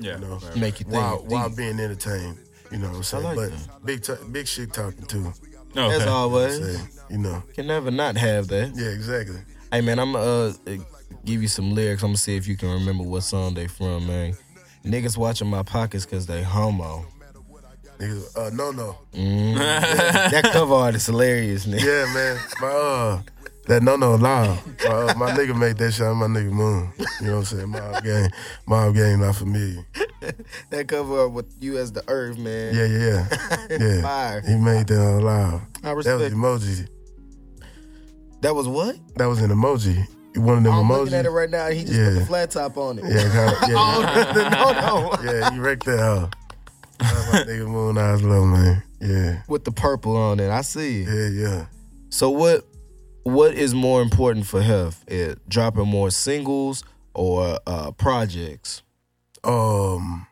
Speaker 3: Yeah.
Speaker 1: You know,
Speaker 2: Make you think
Speaker 1: while while
Speaker 2: deep.
Speaker 1: being entertained. You know what I'm saying?
Speaker 2: like
Speaker 1: but
Speaker 2: that.
Speaker 1: big t- big shit talking too.
Speaker 3: No,
Speaker 2: As
Speaker 3: okay.
Speaker 2: always,
Speaker 1: Say, you know.
Speaker 2: can never not have that.
Speaker 1: Yeah, exactly.
Speaker 2: Hey man, I'm uh give you some lyrics. I'm gonna see if you can remember what song they from, man. Niggas watching my pockets cause they homo.
Speaker 1: Niggas, uh, no, no.
Speaker 2: That cover art is hilarious, nigga.
Speaker 1: Yeah, man. My uh, that no no lie. My, uh, my nigga make that shot. My nigga Moon. You know what I'm saying? Mob game. Mob game. Not familiar.
Speaker 2: That cover art with you as the earth, man.
Speaker 1: Yeah, yeah, yeah. yeah.
Speaker 2: Fire.
Speaker 1: He made that on live.
Speaker 2: I
Speaker 1: That was
Speaker 2: respect.
Speaker 1: emoji.
Speaker 2: That was what?
Speaker 1: That was an emoji. One of them
Speaker 2: I'm
Speaker 1: emojis.
Speaker 2: looking at it right Oh. now. and He just put
Speaker 1: Yeah.
Speaker 2: the flat top on it.
Speaker 1: Yeah, kinda, yeah,
Speaker 2: no, no.
Speaker 1: yeah. He wrecked that hoe. That's My nigga Moon eyes low, man. Yeah,
Speaker 2: With the purple on it, I see. it.
Speaker 1: yeah, yeah.
Speaker 2: So what? What is more important for Hef? It, dropping more singles or uh, projects?
Speaker 1: Um,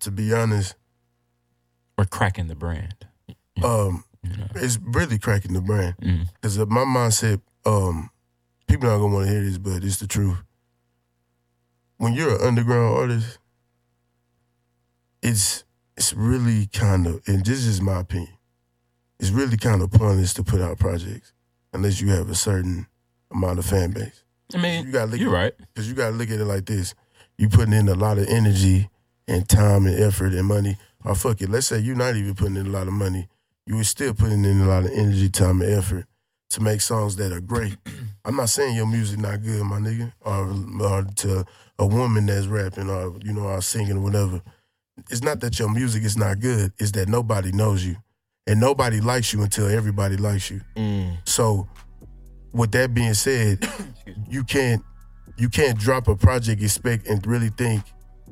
Speaker 1: to be honest,
Speaker 3: We're cracking the brand.
Speaker 1: um,
Speaker 3: You know.
Speaker 1: it's really cracking the brand.
Speaker 3: Mm.
Speaker 1: Because my mindset, um, people not gonna want to hear this, but it's the truth. When you're an underground artist, it's it's really kind of, and this is my opinion, it's really kind of pointless to put out projects unless you have a certain amount of fan base.
Speaker 3: I mean,
Speaker 1: You gotta look
Speaker 3: you're
Speaker 1: at-
Speaker 3: right.
Speaker 1: Because you got to look at it like this. You putting in a lot of energy and time and effort and money. Or fuck it, let's say you're not even putting in a lot of money. You were still putting in a lot of energy, time, and effort to make songs that are great. I'm not saying your music not good, my nigga, or, or to a woman that's rapping or, you know, or singing or whatever. It's not that your music is not good. It's that nobody knows you. And nobody likes you until everybody likes you.
Speaker 2: Mm.
Speaker 1: So, with that being said, you can't you can't drop a project expect and really think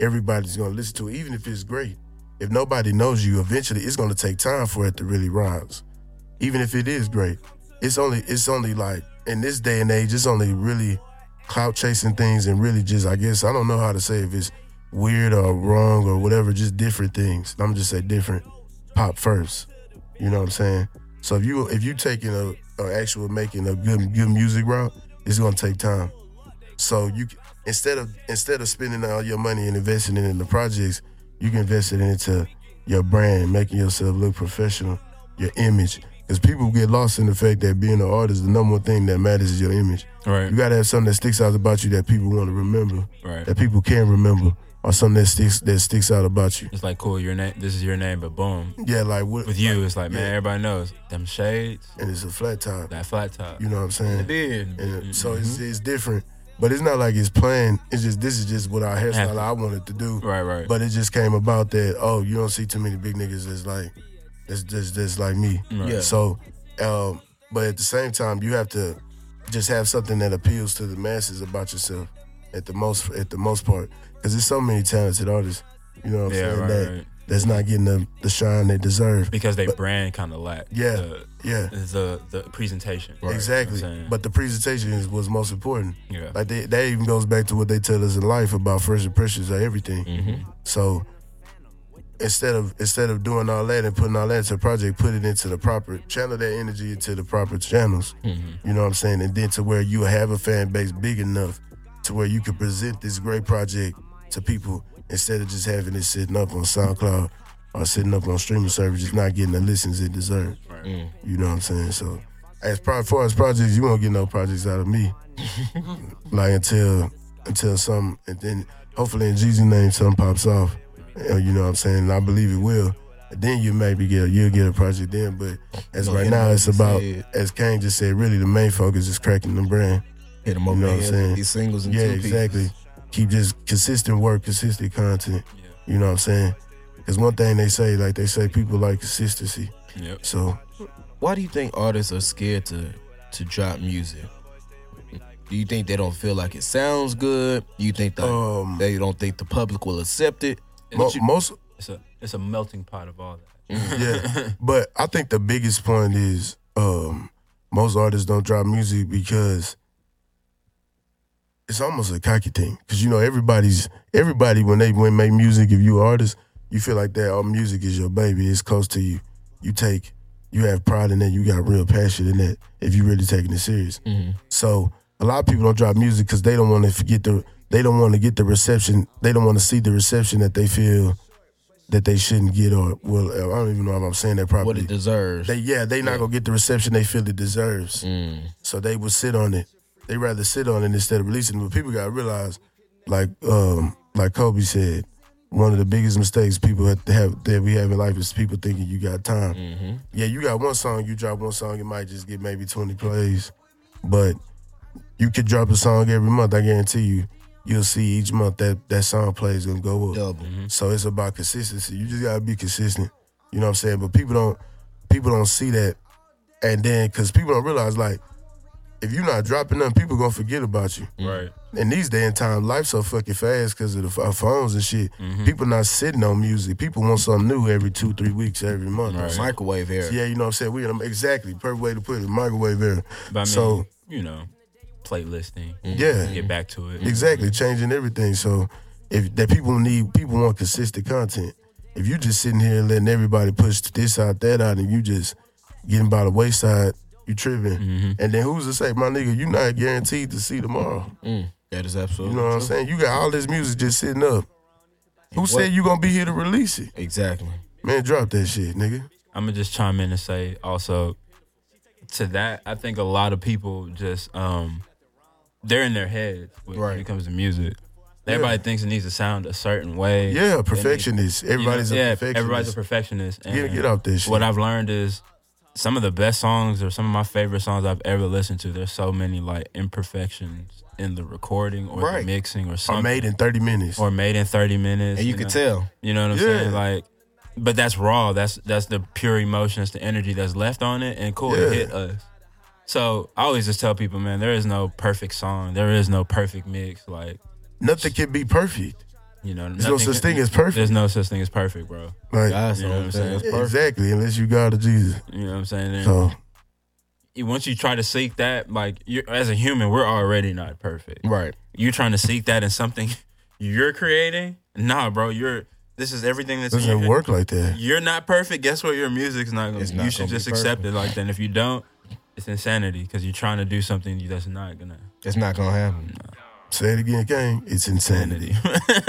Speaker 1: everybody's gonna listen to it, even if it's great. If nobody knows you, eventually it's gonna take time for it to really rise. Even if it is great, it's only it's only like in this day and age, it's only really clout chasing things and really just I guess I don't know how to say if it's weird or wrong or whatever, just different things. I'm just say different pop first. You know what I'm saying? So if you if you taking a, a actual making a good good music route, it's gonna take time. So you c- instead of instead of spending all your money and investing it in the projects, you can invest it into your brand, making yourself look professional, your image. Because people get lost in the fact that being an artist, the number one thing that matters is your image.
Speaker 3: Right.
Speaker 1: You gotta have something that sticks out about you that people want to remember,
Speaker 3: Right.
Speaker 1: that people can remember, or something that sticks that sticks out about you.
Speaker 3: It's like cool. Your name. This is your name, but boom.
Speaker 1: Yeah, like what,
Speaker 3: With you, it's like man,
Speaker 1: Yeah.
Speaker 3: everybody knows them shades,
Speaker 1: and it's a flat top.
Speaker 3: that flat top.
Speaker 1: You know what I'm saying?
Speaker 3: did.
Speaker 1: And it- so it's,
Speaker 3: Mm-hmm.
Speaker 1: it's different. But it's not like it's planned. It's just this is just what our hairstyle
Speaker 3: Happened.
Speaker 1: I wanted to do.
Speaker 3: Right, right.
Speaker 1: But it just came about that oh you don't see too many big niggas that's like that's just that's like me.
Speaker 3: Right. Mm, Yeah.
Speaker 1: So, um, but at the same time you have to just have something that appeals to the masses about yourself at the most at the most part because there's so many talented artists. You know what I'm
Speaker 3: Yeah,
Speaker 1: saying?
Speaker 3: right,
Speaker 1: that,
Speaker 3: right.
Speaker 1: That's not getting the, the shine they deserve.
Speaker 3: because they brand kind of lack.
Speaker 1: Yeah,
Speaker 3: The,
Speaker 1: yeah.
Speaker 3: the the presentation.
Speaker 1: Exactly.
Speaker 3: You know what I'm saying?
Speaker 1: but the presentation is was most important.
Speaker 3: Yeah.
Speaker 1: Like they, that even goes back to what they tell us in life about first impressions are everything.
Speaker 3: Mm-hmm.
Speaker 1: So instead of instead of doing all that and putting all that into a project, put it into the proper channel that energy into the proper channels. You know what I'm saying? And then to where you have a fan base big enough to where you can present this great project to people instead of just having it sitting up on SoundCloud or sitting up on streaming services, not getting the listens it deserves.
Speaker 2: Mm.
Speaker 1: You know what I'm saying? So as pro- far as projects, you won't get no projects out of me like until until some and then hopefully in Jesus' name something pops off. Uh, You know what I'm saying? And I believe it will. And Then you maybe get you'll get a project then, but as
Speaker 2: No,
Speaker 1: right
Speaker 2: yeah,
Speaker 1: now
Speaker 2: like
Speaker 1: it's
Speaker 2: you
Speaker 1: about
Speaker 2: said.
Speaker 1: as Kane just said, really the main focus is cracking the brand.
Speaker 2: Hit them over
Speaker 1: You know what
Speaker 2: the
Speaker 1: I'm
Speaker 2: head
Speaker 1: saying?
Speaker 2: with these singles and
Speaker 1: Yeah,
Speaker 2: two-pieces.
Speaker 1: exactly. Keep just consistent work, consistent content. You know what I'm saying? Because one thing they say, like they say, people like consistency.
Speaker 3: Yep.
Speaker 1: So
Speaker 2: Why do you think artists are scared to to drop music? Do you think they don't feel like it sounds good? You think that
Speaker 1: Um,
Speaker 2: they don't think the public will accept it?
Speaker 1: mo-
Speaker 2: What you-
Speaker 1: most
Speaker 3: it's a it's a melting pot of all that.
Speaker 1: yeah. But I think the biggest point is um, most artists don't drop music because it's almost a cocky thing. Because you know everybody's everybody when they when make music, if you artist, you feel like that. Oh, music is your baby. It's close to you. You take you have pride in that. You got real passion in that. If you really taking it serious.
Speaker 2: Mm-hmm.
Speaker 1: So a lot of people don't drop music because they don't want to forget the. They don't want to get the reception. They don't want to see the reception that they feel that they shouldn't get or well I don't even know if I'm saying that
Speaker 2: What
Speaker 1: properly.
Speaker 2: it deserves.
Speaker 1: they yeah, they not gonna get the reception they feel it deserves. So they will sit on it. They rather sit on it instead of releasing it. But people gotta realize, like um, like Kobe said, one of the biggest mistakes people have, have that we have in life is people thinking you got time. Yeah, you got one song, you drop one song, it might just get maybe twenty plays, but you could drop a song every month. I guarantee you, you'll see each month that that song plays gonna go up.
Speaker 2: Double.
Speaker 1: So it's about consistency. You just gotta be consistent. You know what I'm saying? But people don't people don't see that. And then cause people don't realize like if you're not dropping them, people gonna forget about you.
Speaker 3: Right.
Speaker 1: And these day and time, life's so fucking fast because of the, f- our phones and shit. People not sitting on music. People want something new every two, three weeks, every
Speaker 3: Mm-hmm.
Speaker 1: month.
Speaker 2: Microwave era.
Speaker 1: Yeah, you know what I'm saying? We in a, exactly perfect way to put it, microwave era.
Speaker 3: But I mean,
Speaker 1: so Mm.
Speaker 3: you know, playlisting.
Speaker 1: yeah,
Speaker 3: Get back to it.
Speaker 1: Exactly, changing everything. So if that people need, people want consistent content. If you just sitting here letting everybody push this out, that out, and you just getting by the wayside, you tripping.
Speaker 3: Mm-hmm.
Speaker 1: And then who's to say, my nigga, you not guaranteed to see tomorrow.
Speaker 2: Mm, that is absolutely
Speaker 1: You know
Speaker 3: Mm-hmm.
Speaker 1: what I'm saying? You got all this music just sitting up. Who said you gonna be here to release it?
Speaker 2: Exactly.
Speaker 1: Man, drop that shit, nigga.
Speaker 3: I'm gonna just chime in and say also to that. I think a lot of people just um they're in their heads when, when
Speaker 2: Right.
Speaker 3: it comes to music. Everybody thinks it needs to sound a certain way.
Speaker 1: Yeah,
Speaker 3: It needs-
Speaker 1: perfectionist.
Speaker 3: you know,
Speaker 1: Everybody's a
Speaker 3: yeah,
Speaker 1: perfectionist.
Speaker 3: everybody's a perfectionist. And
Speaker 1: Get- get off this shit.
Speaker 3: What I've learned is some of the best songs or some of my favorite songs I've ever listened to. There's so many like imperfections in the recording or
Speaker 2: Right.
Speaker 3: the mixing or
Speaker 1: Are
Speaker 3: something
Speaker 1: made in 30 minutes.
Speaker 3: or made in 30 minutes.
Speaker 2: And you
Speaker 3: know?
Speaker 2: can tell.
Speaker 3: You know what I'm
Speaker 1: Yeah.
Speaker 3: saying? Like, but that's raw. That's that's the pure emotions, the energy that's left on it, and cool,
Speaker 1: Yeah.
Speaker 3: it hit us. So I always just tell people, man, there is no perfect song. There is no perfect mix. Like,
Speaker 1: Nothing can be perfect.
Speaker 3: you know,
Speaker 1: There's no
Speaker 3: nothing
Speaker 1: such
Speaker 3: can-
Speaker 1: thing as perfect.
Speaker 3: There's no such thing as perfect, bro.
Speaker 1: Like,
Speaker 2: Guys,
Speaker 3: You know what I'm saying?
Speaker 2: that's perfect.
Speaker 1: exactly, unless you God or Jesus.
Speaker 3: You know what I'm saying? And
Speaker 1: So.
Speaker 3: you- once you try to seek that, like, you're, as a human, we're already not perfect.
Speaker 2: Right.
Speaker 3: You're trying to seek that in something you're creating. Nah, bro, you're. This is everything that's in your
Speaker 1: doesn't
Speaker 3: head.
Speaker 1: work like that.
Speaker 3: you're not perfect. Guess what? Your music's not gonna.
Speaker 2: It's
Speaker 3: be
Speaker 2: not
Speaker 3: you should
Speaker 2: gonna be
Speaker 3: just accept it like that. And if you don't, it's insanity because you're trying to do something that's not gonna.
Speaker 2: It's not gonna happen.
Speaker 1: Say it again, Kane. It's insanity.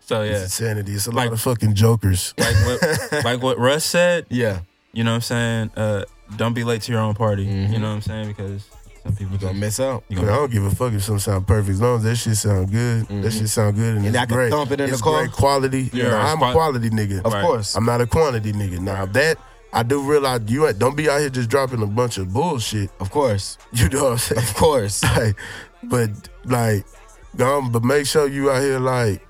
Speaker 3: so yeah,
Speaker 1: It's insanity. It's a
Speaker 3: Like-
Speaker 1: lot of fucking jokers.
Speaker 3: like what like what Russ said.
Speaker 2: Yeah.
Speaker 3: You know what I'm saying? Uh, don't be late to your own party. You know what I'm saying? Because some people
Speaker 2: You're Mm-hmm. gonna
Speaker 3: just-
Speaker 2: miss out.
Speaker 3: you
Speaker 1: I
Speaker 3: gonna-
Speaker 1: don't give a fuck if some sound perfect. As long as that shit sound good, that shit sound good, and,
Speaker 2: And
Speaker 1: it's
Speaker 2: I can
Speaker 1: great.
Speaker 2: thump it in the
Speaker 1: it's
Speaker 2: car?
Speaker 1: great quality.
Speaker 3: Yeah,
Speaker 1: Yeah,
Speaker 3: it's
Speaker 1: I'm
Speaker 3: quali-
Speaker 1: a quality nigga.
Speaker 2: Of
Speaker 3: Right.
Speaker 2: course.
Speaker 1: I'm not a quantity nigga. Now that I do realize you ain't- don't be out here just dropping a bunch of bullshit.
Speaker 2: Of course.
Speaker 1: You know what I'm saying?
Speaker 2: Of course.
Speaker 1: like, but like, um, but make sure you out here like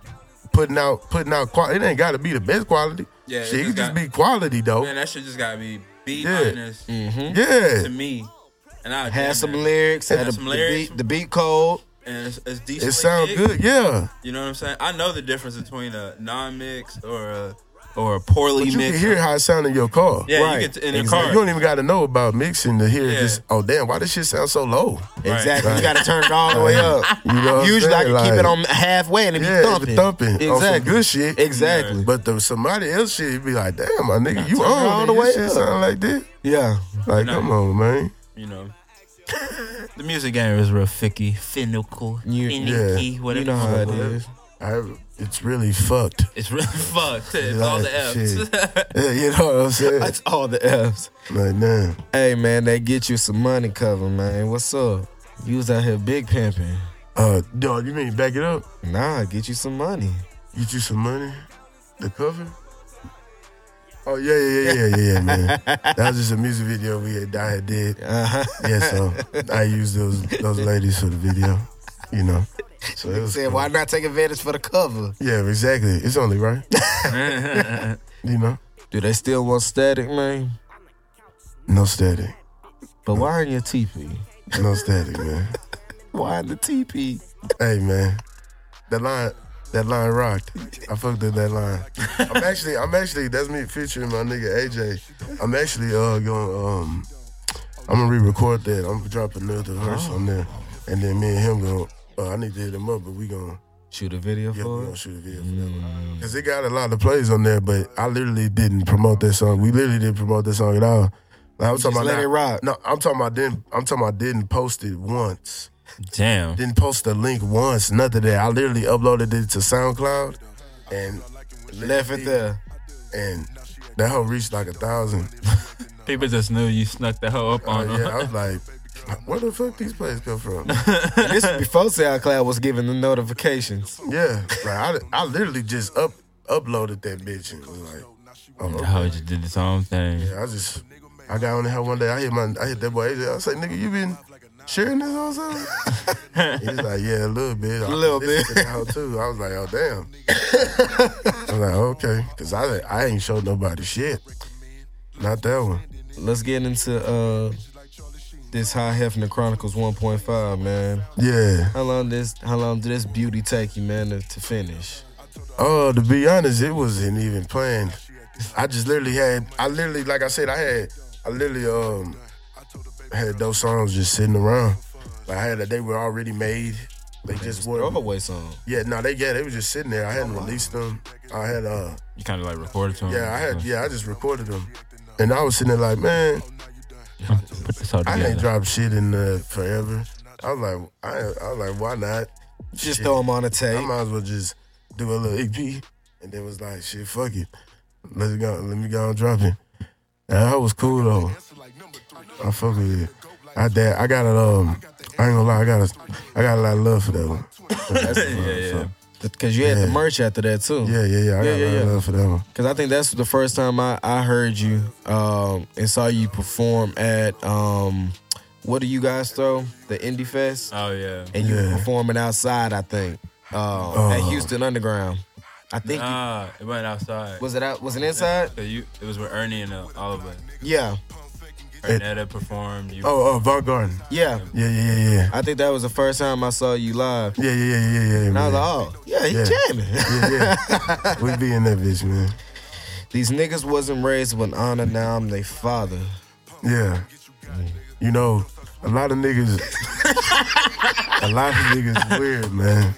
Speaker 1: putting out putting out quality. It ain't got to be the best quality.
Speaker 3: Yeah, it
Speaker 1: shit, it can
Speaker 3: just
Speaker 1: just
Speaker 3: got-
Speaker 1: be quality though.
Speaker 3: man, that shit just gotta be B
Speaker 1: Yeah.
Speaker 3: minus
Speaker 1: yeah,
Speaker 3: to me. And I
Speaker 2: Mm-hmm. Had some lyrics. Had
Speaker 3: Had
Speaker 2: a-
Speaker 3: some
Speaker 2: the
Speaker 3: lyrics.
Speaker 2: beat. The beat code.
Speaker 3: and it's, it's decent.
Speaker 1: It sound good, yeah.
Speaker 3: You know what I'm saying? I know the difference between a non-mix or a or a poorly
Speaker 1: But you
Speaker 3: mixed.
Speaker 1: can hear how it sound in your car.
Speaker 3: yeah,
Speaker 2: Right.
Speaker 3: you get to, in the
Speaker 2: Exactly.
Speaker 3: car.
Speaker 1: You don't even got to know about mixing to hear
Speaker 3: Yeah.
Speaker 1: just, oh damn, why this shit sound so low?
Speaker 2: Exactly. You
Speaker 1: Right.
Speaker 2: gotta turn it all the way up.
Speaker 1: You know what I'm
Speaker 2: Oh, Usually I
Speaker 1: saying?
Speaker 2: can keep
Speaker 1: Like,
Speaker 2: it on halfway and it be
Speaker 1: yeah,
Speaker 2: thumping.
Speaker 1: thumping, thumping exactly. on some
Speaker 2: Exactly.
Speaker 1: good shit.
Speaker 2: Exactly.
Speaker 1: But the somebody else shit, you be like, damn, my nigga, you
Speaker 2: turn
Speaker 1: on
Speaker 2: it all
Speaker 1: all
Speaker 2: the
Speaker 1: the
Speaker 2: way
Speaker 1: Shit
Speaker 2: up.
Speaker 1: sound like this?
Speaker 2: Yeah.
Speaker 1: Like, come on, man.
Speaker 3: you know. the music game is real ficky, finical,
Speaker 2: You-
Speaker 3: finicky, whatever.
Speaker 2: You know how it
Speaker 3: fuck
Speaker 2: is.
Speaker 1: I, it's really fucked.
Speaker 3: It's really fucked. It's all the F's.
Speaker 1: Yeah, you know what I'm saying?
Speaker 2: That's all the F's.
Speaker 1: Like, nah.
Speaker 2: Hey man, they get you some money cover, man. What's up? You was out here big pimping.
Speaker 1: Uh, dog, you mean back it up?
Speaker 2: Nah, get you some money.
Speaker 1: Get you some money? The cover? Oh yeah, yeah, yeah, yeah, yeah, yeah, man. That was just a music video we had I had did.
Speaker 2: Uh-huh.
Speaker 1: Yeah, so I used those those ladies for the video. You know. So it was
Speaker 2: Said,
Speaker 1: cool.
Speaker 2: why not take advantage for the cover?
Speaker 1: Yeah, exactly. It's only right. you know?
Speaker 2: Do they still want static, man?
Speaker 1: No static.
Speaker 2: But why in your TP?
Speaker 1: No static, man.
Speaker 2: Why in the TP?
Speaker 1: Hey man. The line That line rocked. I fucked with that line. I'm actually, I'm actually, that's me featuring my nigga AJ. I'm actually uh going um, I'm gonna re-record that. I'm gonna drop another verse on there, and then me and him going. Uh, I need to hit him up, but we gonna
Speaker 2: Shoot a video
Speaker 1: yeah, we
Speaker 2: for
Speaker 1: gonna
Speaker 2: it.
Speaker 1: shoot a video for that one. Cause it got a lot of plays on there, but I literally didn't promote that song. We literally didn't promote that song at all. Like, I'm talking
Speaker 2: just
Speaker 1: about
Speaker 2: let
Speaker 1: not-
Speaker 2: it rock.
Speaker 1: No, I'm talking about didn't. I'm talking about didn't post it once
Speaker 3: Damn.
Speaker 1: didn't post the link once, nothing of that. I literally uploaded it to SoundCloud and
Speaker 2: Left it there.
Speaker 1: and that whole reached like a thousand.
Speaker 3: People just knew you snuck the hoe up
Speaker 1: Oh
Speaker 3: on them.
Speaker 1: yeah, I was like, where the fuck these plays come from?
Speaker 2: this was before SoundCloud was giving the notifications.
Speaker 1: yeah, like I, I literally just up uploaded that bitch and was like, oh,
Speaker 3: The
Speaker 1: okay.
Speaker 3: hoe just did its own thing.
Speaker 1: I just I got on the hell one day. I hit my I hit that boy. AJ. I was like, nigga, you been sharing this or something? He's like, yeah, a little bit, a
Speaker 2: Little bit.
Speaker 1: too. I was like, oh damn. I was like, okay, cause I I ain't showed nobody shit. Not that one.
Speaker 2: Let's get into uh this High Hefner Chronicles 1.5, man.
Speaker 1: Yeah.
Speaker 2: How long this? How long did this beauty take you, man, to, to finish?
Speaker 1: Oh, to be honest, it wasn't even planned. I just literally had, I literally, like I said, I had, I literally um had those songs just sitting around. Like I had, they were already made. They just weren't
Speaker 2: Throwaway song.
Speaker 1: Yeah, no, they yeah, they was just sitting there. I hadn't released them. I had uh
Speaker 3: You kind of like recorded to him.
Speaker 1: yeah, I had yeah, I just recorded them. And I was sitting there like, man,
Speaker 3: Put this hoe
Speaker 1: I ain't
Speaker 3: together.
Speaker 1: dropped shit in uh, forever. I was like, I, I was like, why not?
Speaker 2: Just
Speaker 1: Shit.
Speaker 2: throw them on a
Speaker 1: I
Speaker 2: tape.
Speaker 1: might as well just do a little EP. And then was like, shit, fuck it, let's go, let me go and drop it. And that was cool though. I fuck with it. I dad, I got a um, I ain't gonna lie, I got a, I got a lot of love for that one.
Speaker 3: Yeah, yeah.
Speaker 2: Because you had the
Speaker 1: Yeah.
Speaker 2: merch after that too.
Speaker 1: Yeah, yeah, yeah. I
Speaker 2: Yeah,
Speaker 1: got a lot
Speaker 2: yeah,
Speaker 1: of
Speaker 2: yeah.
Speaker 1: love for that one.
Speaker 2: Because I think that's the first time I, I heard you um, and saw you perform at um, what do you guys throw the Indie Fest
Speaker 3: Oh yeah.
Speaker 2: and you were
Speaker 1: Yeah. Uh.
Speaker 2: performing outside. I think um, at Houston Underground. I think you,
Speaker 3: Nah, it went outside.
Speaker 2: was it out? Was it inside?
Speaker 3: So you, it was with Ernie and uh, Oliver.
Speaker 2: Yeah,
Speaker 3: Ernetta performed. You,
Speaker 1: Oh, oh, Vaughn Garden.
Speaker 2: yeah.
Speaker 1: Yeah, yeah, yeah, yeah.
Speaker 2: I think that was the first time I saw you live.
Speaker 1: Yeah, yeah, yeah, yeah, yeah.
Speaker 2: And I
Speaker 1: man.
Speaker 2: was like, oh, yeah, he
Speaker 1: Yeah.
Speaker 2: jamming.
Speaker 1: yeah, yeah. we be in that bitch, man.
Speaker 2: These niggas wasn't raised with honor, now I'm their father.
Speaker 1: Yeah. You know, a lot of niggas, a lot of niggas weird, man.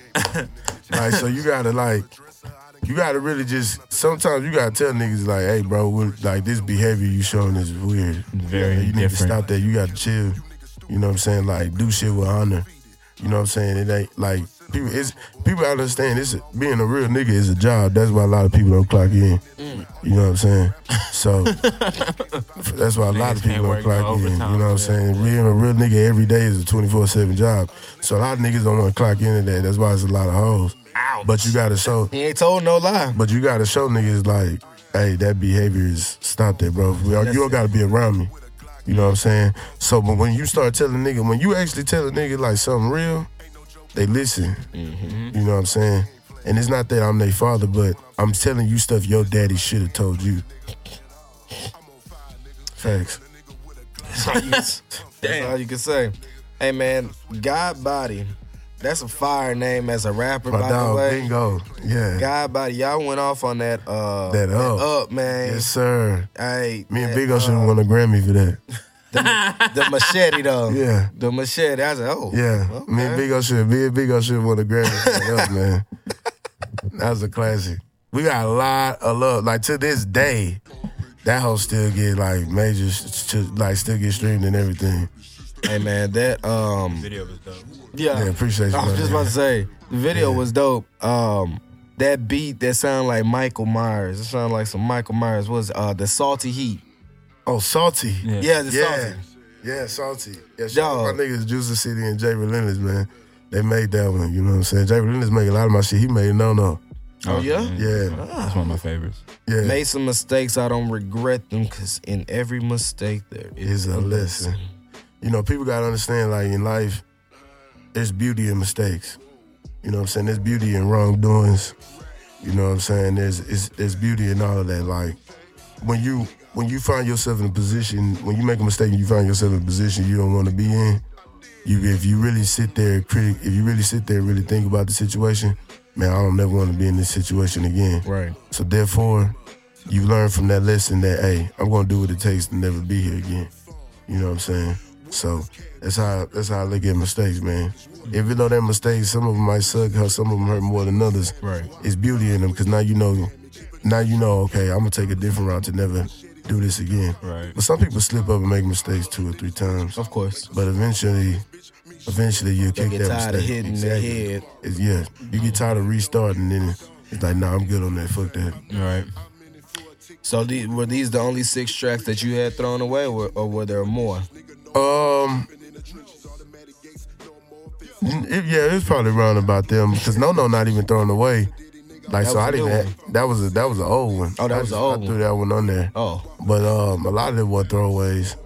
Speaker 1: Like, so you gotta like, you gotta really just. Sometimes you gotta tell niggas like, hey, bro, we're, like this behavior you showing is weird.
Speaker 3: Very
Speaker 1: Yeah, you need to
Speaker 3: different.
Speaker 1: stop that. You gotta chill. You know what I'm saying? Like, do shit with honor. You know what I'm saying? It ain't like people. It's people understand. It's being a real nigga is a job. That's why a lot of people don't clock in. You know what I'm saying? So that's why a lot
Speaker 3: Niggas
Speaker 1: of
Speaker 3: can't
Speaker 1: people
Speaker 3: work
Speaker 1: don't clock
Speaker 3: no
Speaker 1: in. You know
Speaker 3: overtime,
Speaker 1: what I'm
Speaker 3: yeah.
Speaker 1: saying? Being a real nigga every day is a 24 seven job. So a lot of niggas don't want to clock in today. That's why it's a lot of hoes. But you gotta show.
Speaker 2: He ain't told no lie.
Speaker 1: But you gotta show niggas like, hey, that behavior is stop that, bro. We are- You don't gotta be around me. You know what I'm saying? So, but when you start telling nigga, when you actually tell a nigga like something real, they listen. You know what I'm saying? And it's not that I'm their father, but I'm telling you stuff your daddy should have told you. Facts.
Speaker 2: That's all you can say. Hey, man, God Body. That's a fire name as a rapper,
Speaker 1: My
Speaker 2: by the
Speaker 1: dog,
Speaker 2: way.
Speaker 1: bingo. Yeah.
Speaker 2: God Body. Y'all went off on that uh
Speaker 1: That up.
Speaker 2: man.
Speaker 1: Yes, sir.
Speaker 2: Hey,
Speaker 1: Me and
Speaker 2: that,
Speaker 1: Bingo
Speaker 2: uh,
Speaker 1: should have won a Grammy for that.
Speaker 2: the machete though.
Speaker 1: Yeah.
Speaker 2: The machete. I said, oh.
Speaker 1: Yeah, me
Speaker 2: Okay.
Speaker 1: and Big O should me and Big O should won the Grammy for that, man. That was a classic. We got a lot of love. Like to this day, that hoe still get like major, s- s- like still get streamed and everything.
Speaker 2: Hey man, that um
Speaker 3: video was dope.
Speaker 1: Yeah, appreciate you.
Speaker 2: I was
Speaker 1: brother.
Speaker 2: just about to say, the video was dope. Um, that beat that sounded like Michael Myers. It sounded like some Michael Myers. Was uh the salty heat?
Speaker 1: oh, salty.
Speaker 3: Yeah.
Speaker 2: Yeah, the
Speaker 1: yeah,
Speaker 2: salty.
Speaker 1: yeah, salty. Yeah, shout out
Speaker 2: Dog.
Speaker 1: my niggas Juicy City and Jay Relentless, man. They made that one. You know what I'm saying? Jay Relentless make a lot of my shit. He made no, no.
Speaker 2: Oh, yeah?
Speaker 1: Yeah,
Speaker 3: That's one of my favorites.
Speaker 1: yeah.
Speaker 2: Made some mistakes. I don't regret them because in every mistake there
Speaker 1: is
Speaker 2: is
Speaker 1: a lesson. You know, people gotta understand, like in life, there's beauty in mistakes. You know what I'm saying? There's beauty in wrongdoings. You know what I'm saying? There's it's, there's beauty in all of that. Like when you when you find yourself in a position, when you make a mistake and you find yourself in a position you don't want to be in, you if you really sit there critic, if you really sit there and really think about the situation, man, I don't never want to be in this situation again.
Speaker 2: Right.
Speaker 1: So therefore, you learn from that lesson that hey, I'm gonna do what it takes to never be here again. You know what I'm saying? So that's how that's how I look at mistakes, man. Even though they're mistakes, some of them might suck, how some of them hurt more than others.
Speaker 2: Right.
Speaker 1: It's beauty in them because now you know, now you know. Okay, I'm gonna take a different route to never do this again.
Speaker 3: Right.
Speaker 1: But some people slip up and make mistakes two or three times.
Speaker 2: Of course.
Speaker 1: But eventually, eventually you will
Speaker 2: They
Speaker 1: kick
Speaker 2: get
Speaker 1: that
Speaker 2: tired
Speaker 1: mistake.
Speaker 2: of hitting their head.
Speaker 1: It's, yeah, you get tired of restarting, and then it's like, nah, I'm good on that. Fuck that.
Speaker 3: Right.
Speaker 2: So the, were these the only six tracks that you had thrown away, or, or were there more?
Speaker 1: Um. n- it- yeah, it was probably around about them because no, no, not even thrown away. Like
Speaker 2: That
Speaker 1: so,
Speaker 2: was
Speaker 1: I
Speaker 2: a
Speaker 1: didn't.
Speaker 2: new
Speaker 1: Have,
Speaker 2: one.
Speaker 1: that was a that was an old one.
Speaker 2: Oh, that
Speaker 1: I
Speaker 2: was a
Speaker 1: just-
Speaker 2: old
Speaker 1: I
Speaker 2: one.
Speaker 1: threw that one on there.
Speaker 2: Oh,
Speaker 1: But um, a lot of them were throwaways.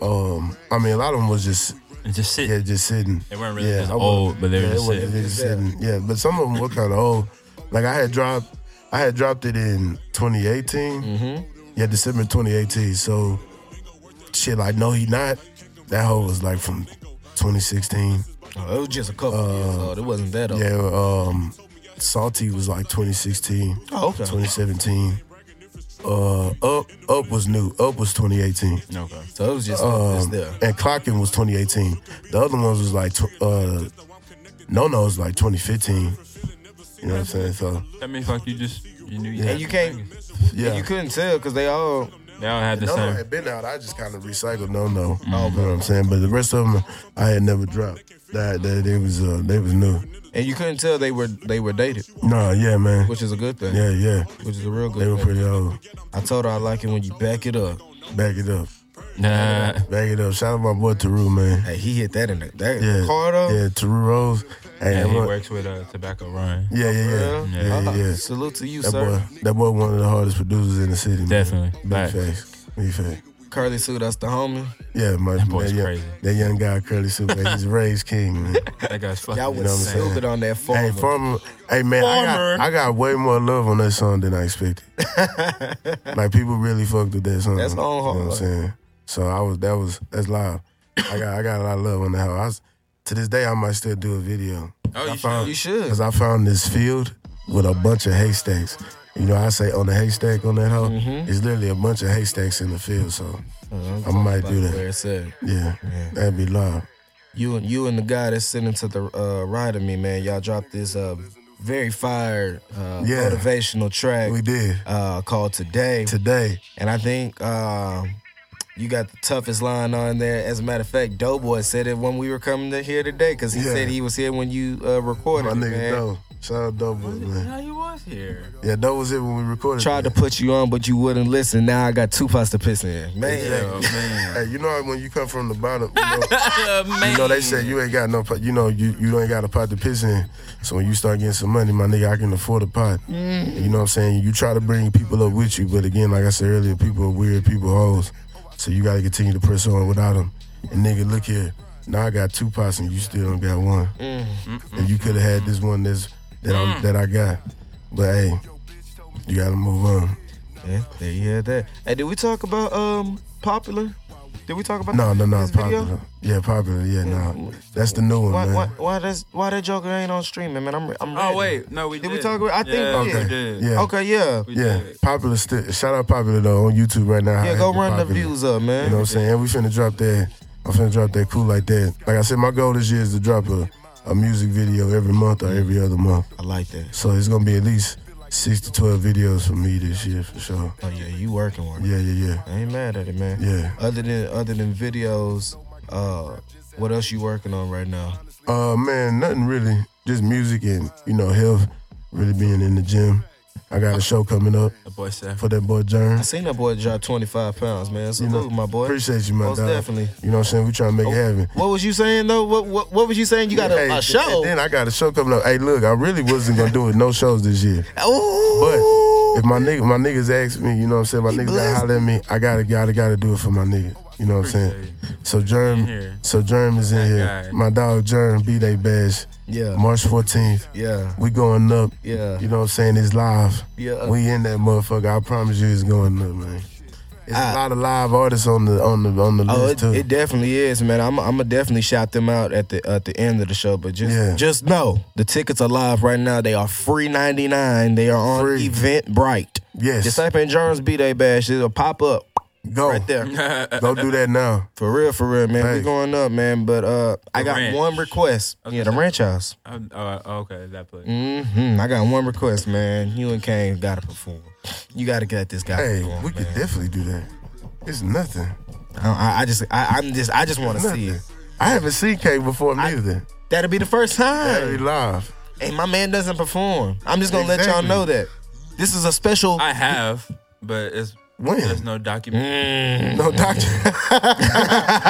Speaker 1: Um, I mean, a lot of them was just
Speaker 3: And just sit.
Speaker 1: yeah, just sitting.
Speaker 3: They weren't really
Speaker 1: yeah,
Speaker 3: just
Speaker 1: I wasn't-
Speaker 3: old, but they were
Speaker 1: yeah, it
Speaker 3: just
Speaker 1: wasn't
Speaker 3: sitting.
Speaker 1: really sitting. Yeah, but some of them were kind of old. Like I had dropped, I had dropped it in 2018.
Speaker 3: Mm-hmm.
Speaker 1: Yeah, December 2018. So shit, like no, he not. That whole was like from 2016.
Speaker 2: Oh, it was just a couple years old. It wasn't that old.
Speaker 1: Uh, Yeah, um, Salty was like 2016,
Speaker 2: Oh, okay.
Speaker 1: 2017. Uh, up, up was new. Up was 2018.
Speaker 3: Okay.
Speaker 2: So it was just, just
Speaker 1: Um,
Speaker 2: there.
Speaker 1: and Clocking was 2018. The other ones was like, tw- uh, No No was like 2015. You know what I'm saying? So,
Speaker 3: That means like you just you knew you.
Speaker 1: Yeah.
Speaker 3: had
Speaker 2: You
Speaker 3: some
Speaker 2: can't-
Speaker 3: things.
Speaker 1: yeah.
Speaker 2: You couldn't tell because they all
Speaker 3: They all had the
Speaker 1: no No
Speaker 3: same.
Speaker 1: had been out. I just kind of recycled No No. You know what I'm saying? But the rest of them, I had never dropped. That, that they was uh, they was new.
Speaker 2: and you couldn't tell they were they were dated,
Speaker 1: Nah, yeah, man.
Speaker 2: which is a good thing.
Speaker 1: Yeah, yeah.
Speaker 2: Which is a real
Speaker 1: They were
Speaker 2: good thing.
Speaker 1: pretty old.
Speaker 2: I told her I like it when you back it up.
Speaker 1: Back it up.
Speaker 3: Nah.
Speaker 1: Back it up. Shout out my boy Taru, man.
Speaker 2: Hey, he hit that in the that
Speaker 1: Yeah.
Speaker 2: car though.
Speaker 1: Yeah, Taru Rose. Hey,
Speaker 3: Yeah,
Speaker 1: that
Speaker 3: he
Speaker 1: boy-
Speaker 3: works with uh, Tobacco Ryan.
Speaker 1: yeah, yeah, yeah.
Speaker 2: Yeah.
Speaker 1: Yeah, yeah, yeah.
Speaker 2: Uh, Salute to you,
Speaker 1: That
Speaker 2: sir.
Speaker 1: boy, that boy, one of the hardest producers in the city. man.
Speaker 3: Definitely.
Speaker 1: Big
Speaker 3: Facts.
Speaker 1: face. Big face.
Speaker 2: Curly Sue, that's the homie.
Speaker 1: Yeah, my, that,
Speaker 3: boy's
Speaker 1: young,
Speaker 3: crazy.
Speaker 1: that young guy, Curly Super, he's Ray's king, man.
Speaker 3: That guy's fucking.
Speaker 2: Y'all was
Speaker 1: what I'm saying?
Speaker 2: stupid on that phone.
Speaker 1: hey, farmer. Hey, man, I got,
Speaker 3: Farmer.
Speaker 1: I got way more love on that song than I expected. like, people really fucked with that song.
Speaker 2: That's
Speaker 1: you
Speaker 2: on
Speaker 1: know what I'm
Speaker 2: hard.
Speaker 1: saying? So, I was, that was, that's live. I got, I got a lot of love on that. I was, to this day, I might still do a video.
Speaker 3: Oh, you
Speaker 1: I
Speaker 3: should.
Speaker 1: found,
Speaker 2: You should.
Speaker 1: Because I found this field with a bunch of haystacks. You know, I say on the haystack on that hoe,
Speaker 3: Mm-hmm.
Speaker 1: it's literally a bunch of haystacks in the field. So
Speaker 2: Uh,
Speaker 1: I might do that.
Speaker 2: Where it said.
Speaker 1: Yeah, that'd be live.
Speaker 2: You and you and the guy that's sitting to the uh, right of me, man. Y'all dropped this uh, very fire uh,
Speaker 1: Yeah.
Speaker 2: motivational track
Speaker 1: We did
Speaker 2: uh, called Today,
Speaker 1: today.
Speaker 2: and I think uh, you got the toughest line on there. As a matter of fact, Doughboy said it when we were coming to here today because he
Speaker 1: Yeah.
Speaker 2: said he was here when you uh, recorded.
Speaker 1: My
Speaker 2: it,
Speaker 1: nigga
Speaker 2: man.
Speaker 1: Doe. Shout out Doe, Boy, man.
Speaker 3: Nah, he was here.
Speaker 1: Yeah, Doe was it when we recorded.
Speaker 2: Tried to
Speaker 1: that.
Speaker 2: put you on, but you wouldn't listen. Now I got two pots to piss in, man.
Speaker 3: Oh man.
Speaker 1: Hey, you know how when you come from the bottom, you know,
Speaker 3: man.
Speaker 1: you know they say you ain't got no pot. You know you you ain't got a pot to piss in. So when you start getting some money, my nigga, I can afford a pot. You know what I'm saying? You try to bring people up with you, but again, like I said earlier, people are weird, people are hoes. So you gotta continue to press on without them. And nigga, look here. Now I got two pots and you still don't got one. And you could have had this one that's, that I'm, that I got. But hey, you gotta move on.
Speaker 2: Yeah, there you hear that. Hey, did we talk about um popular? Did we talk about
Speaker 1: No, no, no,
Speaker 2: this video?
Speaker 1: popular. Yeah, popular. Yeah, no, that's the new one,
Speaker 2: Why,
Speaker 1: man.
Speaker 2: why, why that's why that Joker ain't on streaming, man? I'm, I'm ready.
Speaker 3: Oh wait, no, we
Speaker 2: Did
Speaker 3: did.
Speaker 2: we talk about- I think
Speaker 3: yeah,
Speaker 2: we
Speaker 3: we
Speaker 1: Okay.
Speaker 3: did.
Speaker 1: Yeah.
Speaker 2: Okay, yeah,
Speaker 3: We
Speaker 1: Yeah,
Speaker 3: did.
Speaker 1: popular. St- shout out popular though on YouTube right now.
Speaker 2: yeah.
Speaker 1: I
Speaker 2: Go
Speaker 1: hate
Speaker 2: run the
Speaker 1: Popular.
Speaker 2: views up, man.
Speaker 1: You know what I'm saying? And we finna drop that. I'm finna drop that cool like that. Like I said, my goal this year is to drop a, a music video every month or every other month.
Speaker 2: I like that.
Speaker 1: So it's gonna be at least six to twelve videos for me this year for sure.
Speaker 2: Oh yeah, you working on it.
Speaker 1: Yeah, yeah,
Speaker 2: I ain't mad at it, man.
Speaker 1: Yeah.
Speaker 2: Other than other than videos, uh, what else you working on right now?
Speaker 1: yeah. Uh, man, nothing really. Just music and you know health. Really being in the gym. I got a show coming up
Speaker 3: The boy said.
Speaker 1: for that boy Jern.
Speaker 2: I seen that boy drop 25 pounds, man. Salute, my boy.
Speaker 1: Appreciate you, my
Speaker 2: Most
Speaker 1: dog.
Speaker 2: definitely. Oh.
Speaker 1: You know what I'm saying? We trying to make it happen.
Speaker 2: What was you saying though? What what, what was you saying? You got
Speaker 1: Hey,
Speaker 2: a, a
Speaker 1: and
Speaker 2: show?
Speaker 1: then I got a show coming up. Hey, look, I really wasn't gonna do it. No shows this year.
Speaker 2: Ooh.
Speaker 1: If my nigga, my niggas ask me, you know what I'm saying. My niggas gotta
Speaker 2: blessed.
Speaker 1: holler at me. I gotta, gotta, gotta do it for my nigga. You know what I'm saying. So
Speaker 3: here.
Speaker 1: Germ, so Germ is in here.
Speaker 3: guy.
Speaker 1: My dog Germ, B Day Bash,
Speaker 2: Yeah.
Speaker 1: March 14th.
Speaker 2: yeah.
Speaker 1: We going up.
Speaker 2: Yeah.
Speaker 1: You know what I'm saying. It's live.
Speaker 2: Yeah.
Speaker 1: We in that motherfucker. I promise you, it's going up, man. It's a lot of live artists on the on the on the
Speaker 2: Ah. Oh,
Speaker 1: list
Speaker 2: it,
Speaker 1: too.
Speaker 2: it definitely is, man. I'm I'm gonna definitely shout them out at the at the end of the show. But just
Speaker 1: Yeah.
Speaker 2: just know the tickets are live right now. They are free ninety nine. They are on
Speaker 1: Free.
Speaker 2: Eventbrite.
Speaker 1: yes,
Speaker 2: Just type in Jones B Day Bash. It'll pop up
Speaker 1: go
Speaker 2: right there.
Speaker 1: Go do that now.
Speaker 2: For real, for real, man. We
Speaker 1: Thanks.
Speaker 2: going up, man. But uh, I
Speaker 3: The
Speaker 2: got
Speaker 3: ranch.
Speaker 2: one request. Yeah, the ranch house.
Speaker 3: I'm- oh, okay, that place.
Speaker 2: hmm I got one request, man. You and Kane gotta perform. You gotta get this guy.
Speaker 1: Hey,
Speaker 2: perform,
Speaker 1: we
Speaker 2: man.
Speaker 1: could definitely do that. It's nothing.
Speaker 2: I, I- I just, I, I'm just, I just want to see
Speaker 1: Nothing.
Speaker 2: it.
Speaker 1: I haven't seen K before neither.
Speaker 2: That'll be the first time.
Speaker 1: Very live.
Speaker 2: Hey, my man doesn't perform. I'm just gonna let y'all
Speaker 1: Exactly.
Speaker 2: know that this is a special.
Speaker 3: I have, but it's
Speaker 1: When?
Speaker 3: there's no document,
Speaker 2: Mm.
Speaker 1: No doctor.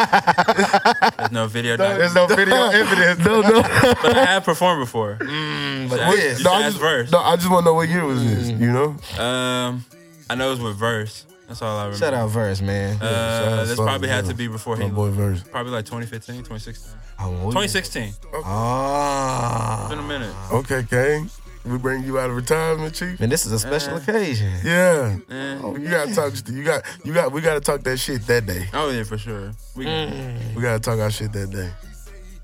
Speaker 3: there's no video document.
Speaker 1: There's no video evidence. No, no.
Speaker 3: but I have performed before.
Speaker 2: but
Speaker 3: I-
Speaker 2: this-
Speaker 1: no,
Speaker 3: You should
Speaker 1: I
Speaker 3: ask
Speaker 1: just,
Speaker 3: Verse.
Speaker 1: no, I just want to know what year was this. You know,
Speaker 3: Um, I know it's with verse. That's all I remember.
Speaker 2: Shout out verse, man.
Speaker 1: shout
Speaker 3: Uh,
Speaker 1: out
Speaker 3: this
Speaker 1: Sons,
Speaker 3: probably had
Speaker 1: yeah.
Speaker 3: to be before
Speaker 1: my
Speaker 3: he.
Speaker 1: boy verse.
Speaker 3: Probably like 2015, 2016.
Speaker 2: Oh, we-
Speaker 3: 2016.
Speaker 2: Ah.
Speaker 3: Been a minute.
Speaker 1: Okay, Kane. We bring you out of retirement, chief.
Speaker 2: Man, this is a special occasion.
Speaker 1: Yeah.
Speaker 3: Eh,
Speaker 1: You gotta talk. You got. You got. We gotta talk that shit that day.
Speaker 3: Oh yeah, for sure. We,
Speaker 2: Mm.
Speaker 1: We gotta talk our shit that day.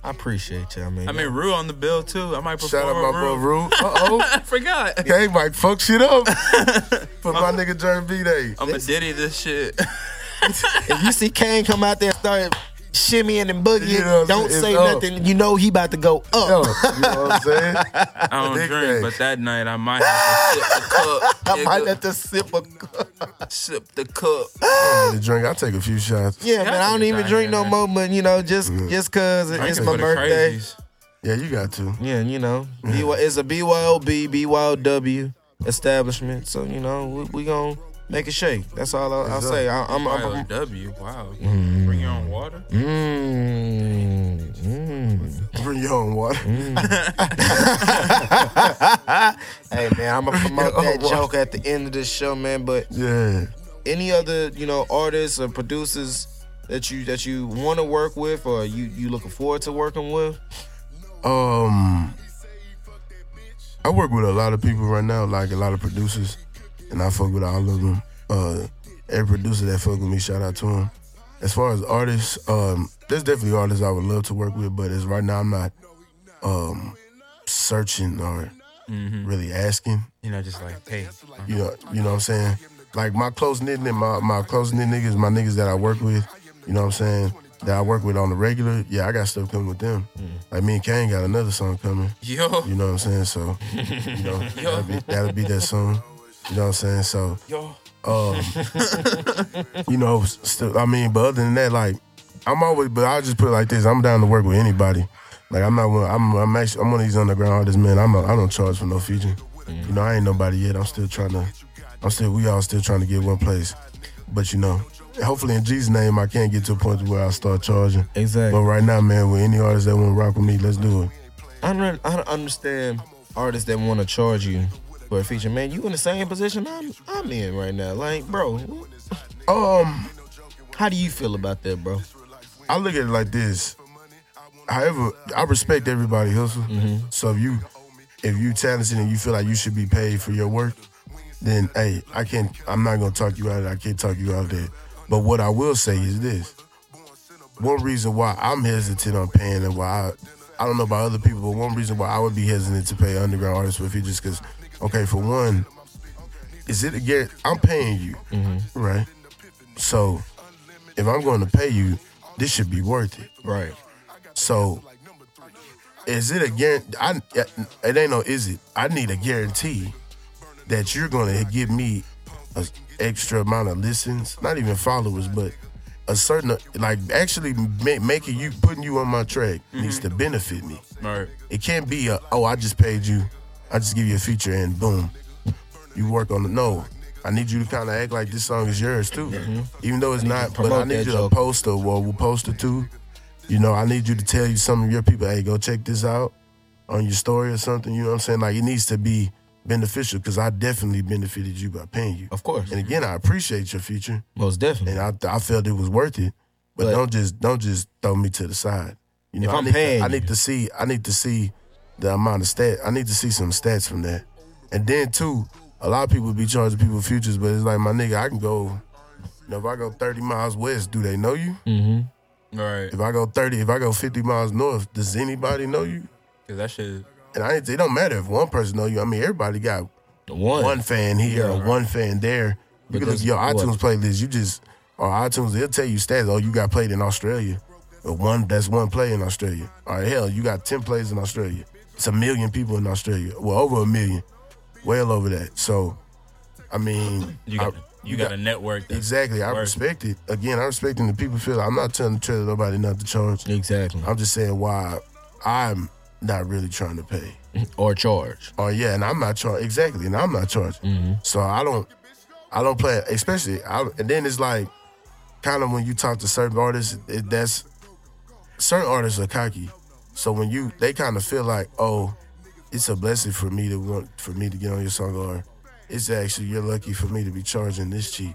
Speaker 2: I appreciate y'all, man.
Speaker 3: I mean, Rue on the bill too. I might perform.
Speaker 1: Shout out my
Speaker 3: with
Speaker 1: bro
Speaker 3: Rue.
Speaker 1: Rue. Uh oh.
Speaker 3: I forgot.
Speaker 1: Kane might fuck shit up. For my nigga Jerm B Day.
Speaker 3: I'm a diddy this shit.
Speaker 2: if you see Kane come out there and start shimmying and boogieing,
Speaker 1: You know what I'm
Speaker 2: don't
Speaker 1: saying?
Speaker 2: say
Speaker 1: It's up.
Speaker 2: nothing. You know he about to go up.
Speaker 1: Yo, you know what I'm saying?
Speaker 3: I don't
Speaker 1: Big
Speaker 3: drink,
Speaker 1: day.
Speaker 3: but that night I might have to sip the cup.
Speaker 2: I might
Speaker 3: nigga.
Speaker 2: have to sip a cup.
Speaker 3: sip the cup.
Speaker 1: I need a drink. I take a few shots.
Speaker 2: Yeah, man, I don't
Speaker 3: it's
Speaker 2: even
Speaker 3: dying
Speaker 2: drink no
Speaker 3: in
Speaker 2: more, but you know, just
Speaker 1: Mm-hmm.
Speaker 2: just cause it- it's
Speaker 3: Drinking
Speaker 2: my
Speaker 3: for the
Speaker 2: birthday.
Speaker 3: crazies.
Speaker 1: Yeah, you got to.
Speaker 2: Yeah, you know,
Speaker 1: Mm-hmm.
Speaker 2: BY, it's a BYOB, BYOW establishment. So, you know, we, we going to make it shake. That's all I, I'll
Speaker 1: Yes, sir.
Speaker 2: say. I, I'm, I'm, I'm,
Speaker 3: YLW, wow. Bring your own water.
Speaker 2: mm, mm.
Speaker 1: Bring your own water.
Speaker 2: Hey, man, I'm going to promote
Speaker 1: Oh,
Speaker 2: that
Speaker 1: wow.
Speaker 2: joke at the end of this show, man. But
Speaker 1: Yeah.
Speaker 2: any other, you know, artists or producers that you that you want to work with or you, you looking forward to working with?
Speaker 1: Um, I work with a lot of people right now, like a lot of producers, and I fuck with all of them. Uh, every producer that fuck with me, shout out to him. As far as artists, um, there's definitely artists I would love to work with, but as right now, I'm not um searching or really asking.
Speaker 3: You know, just like, hey,
Speaker 1: You know, you know what I'm saying? Like my close knit my my close knit niggas, my niggas that I work with, you know what I'm saying? That I work with on the regular, yeah, I got stuff coming with them. Like me and Kane got another song coming.
Speaker 3: yo,
Speaker 1: You know what I'm saying? So, you know, that'll be, that'll be that soon. You know what I'm saying? So,
Speaker 3: yo.
Speaker 1: um, you know, s- still, I mean, but other than that, like, I'm always, but I'll just put it like this: I'm down to work with anybody. Like, I'm not, one, I'm, I'm actually, I'm one of these underground artists, man. I'm, not, I don't charge for no feature. You know, I ain't nobody yet. I'm still trying to, I'm still, we all still trying to get one place. But you know, hopefully in Jesus' name, I can't get to a point where I start charging. But
Speaker 2: Exactly.
Speaker 1: right now, man, with any artist that want to rock with me, let's do it.
Speaker 2: I don't, I don't understand artists that want to charge you for a feature. Man, you in the same position I'm, I'm in right now. Like, bro,
Speaker 1: Um.
Speaker 2: How do you feel about that, bro?
Speaker 1: I look at it like this. However, I respect everybody hustle. So if you if you talented and you feel like you should be paid for your work, then hey, I can't. I'm not gonna talk you out of it. I can't talk you out of that. But what I will say is this: one reason why I'm hesitant on paying and why I, I don't know about other people, but one reason why I would be hesitant to pay underground artists for features because, okay, for one, is it a guarantee? I'm paying you, right? So if I'm going to pay you, this should be worth it.
Speaker 2: Right.
Speaker 1: So, is it a guarantee? I it ain't no is it. I need a guarantee that you're gonna give me an extra amount of listens, not even followers, but a certain like actually ma- making you putting you on my track needs to benefit me.
Speaker 3: All right.
Speaker 1: It can't be a oh I just paid you, I just give you a feature and boom, you work on the no. I need you to kind of act like this song is yours too, even though it's not. But I
Speaker 2: Mm-hmm. promote
Speaker 1: need
Speaker 2: that
Speaker 1: you
Speaker 2: joke.
Speaker 1: to post or well, we'll post it too. You know, I need you to tell you some of your people, hey, go check this out on your story or something. You know what I'm saying? Like it needs to be beneficial because I definitely benefited you by paying you.
Speaker 2: Of course.
Speaker 1: And again, I appreciate your feature,
Speaker 2: Most definitely.
Speaker 1: and I I felt it was worth it. But,
Speaker 2: But-
Speaker 1: don't just don't just throw me to the side. You know,
Speaker 2: If
Speaker 1: I
Speaker 2: I'm
Speaker 1: need to-
Speaker 2: paying
Speaker 1: I
Speaker 2: you.
Speaker 1: need to see I need to see the amount of stat. I need to see some stats from that. And then too, a lot of people be charging people futures, but it's like my nigga, I can go Now, if I go 30 miles west, do they know you?
Speaker 2: Mm-hmm.
Speaker 3: Right.
Speaker 1: If I go 30, if I go 50 miles north, does anybody know you?
Speaker 3: Cause that shit.
Speaker 1: And I ain't, it don't matter if one person know you. I mean, everybody got
Speaker 2: The one.
Speaker 1: one fan here or one fan there. You
Speaker 2: But
Speaker 1: can look at your
Speaker 2: that's
Speaker 1: iTunes
Speaker 2: what-
Speaker 1: playlist. You just or iTunes, they'll tell you stats. Oh, you got played in Australia. But one that's one play in Australia. All right, hell, you got ten plays in Australia. It's a million people in Australia. Well, over a million, well over that. So, I mean,
Speaker 3: You got.
Speaker 1: I-
Speaker 3: you got a network. That's,
Speaker 1: exactly. I
Speaker 3: Word.
Speaker 1: respect it. Again, I respect it. The people feel. I'm not telling to tell nobody not to charge.
Speaker 2: Exactly.
Speaker 1: I'm just saying why I'm not really trying to pay.
Speaker 2: Or charge.
Speaker 1: Oh yeah, and I'm not charging exactly, and I'm not charging.
Speaker 2: Mm-hmm.
Speaker 1: So I don't, I don't play. Especially, I, and then it's like, kind of when you talk to certain artists, it, that's certain artists are cocky. So when you, they kind of feel like, oh, it's a blessing for me to want for me to get on your song, or it's actually you're lucky for me to be charging this cheap.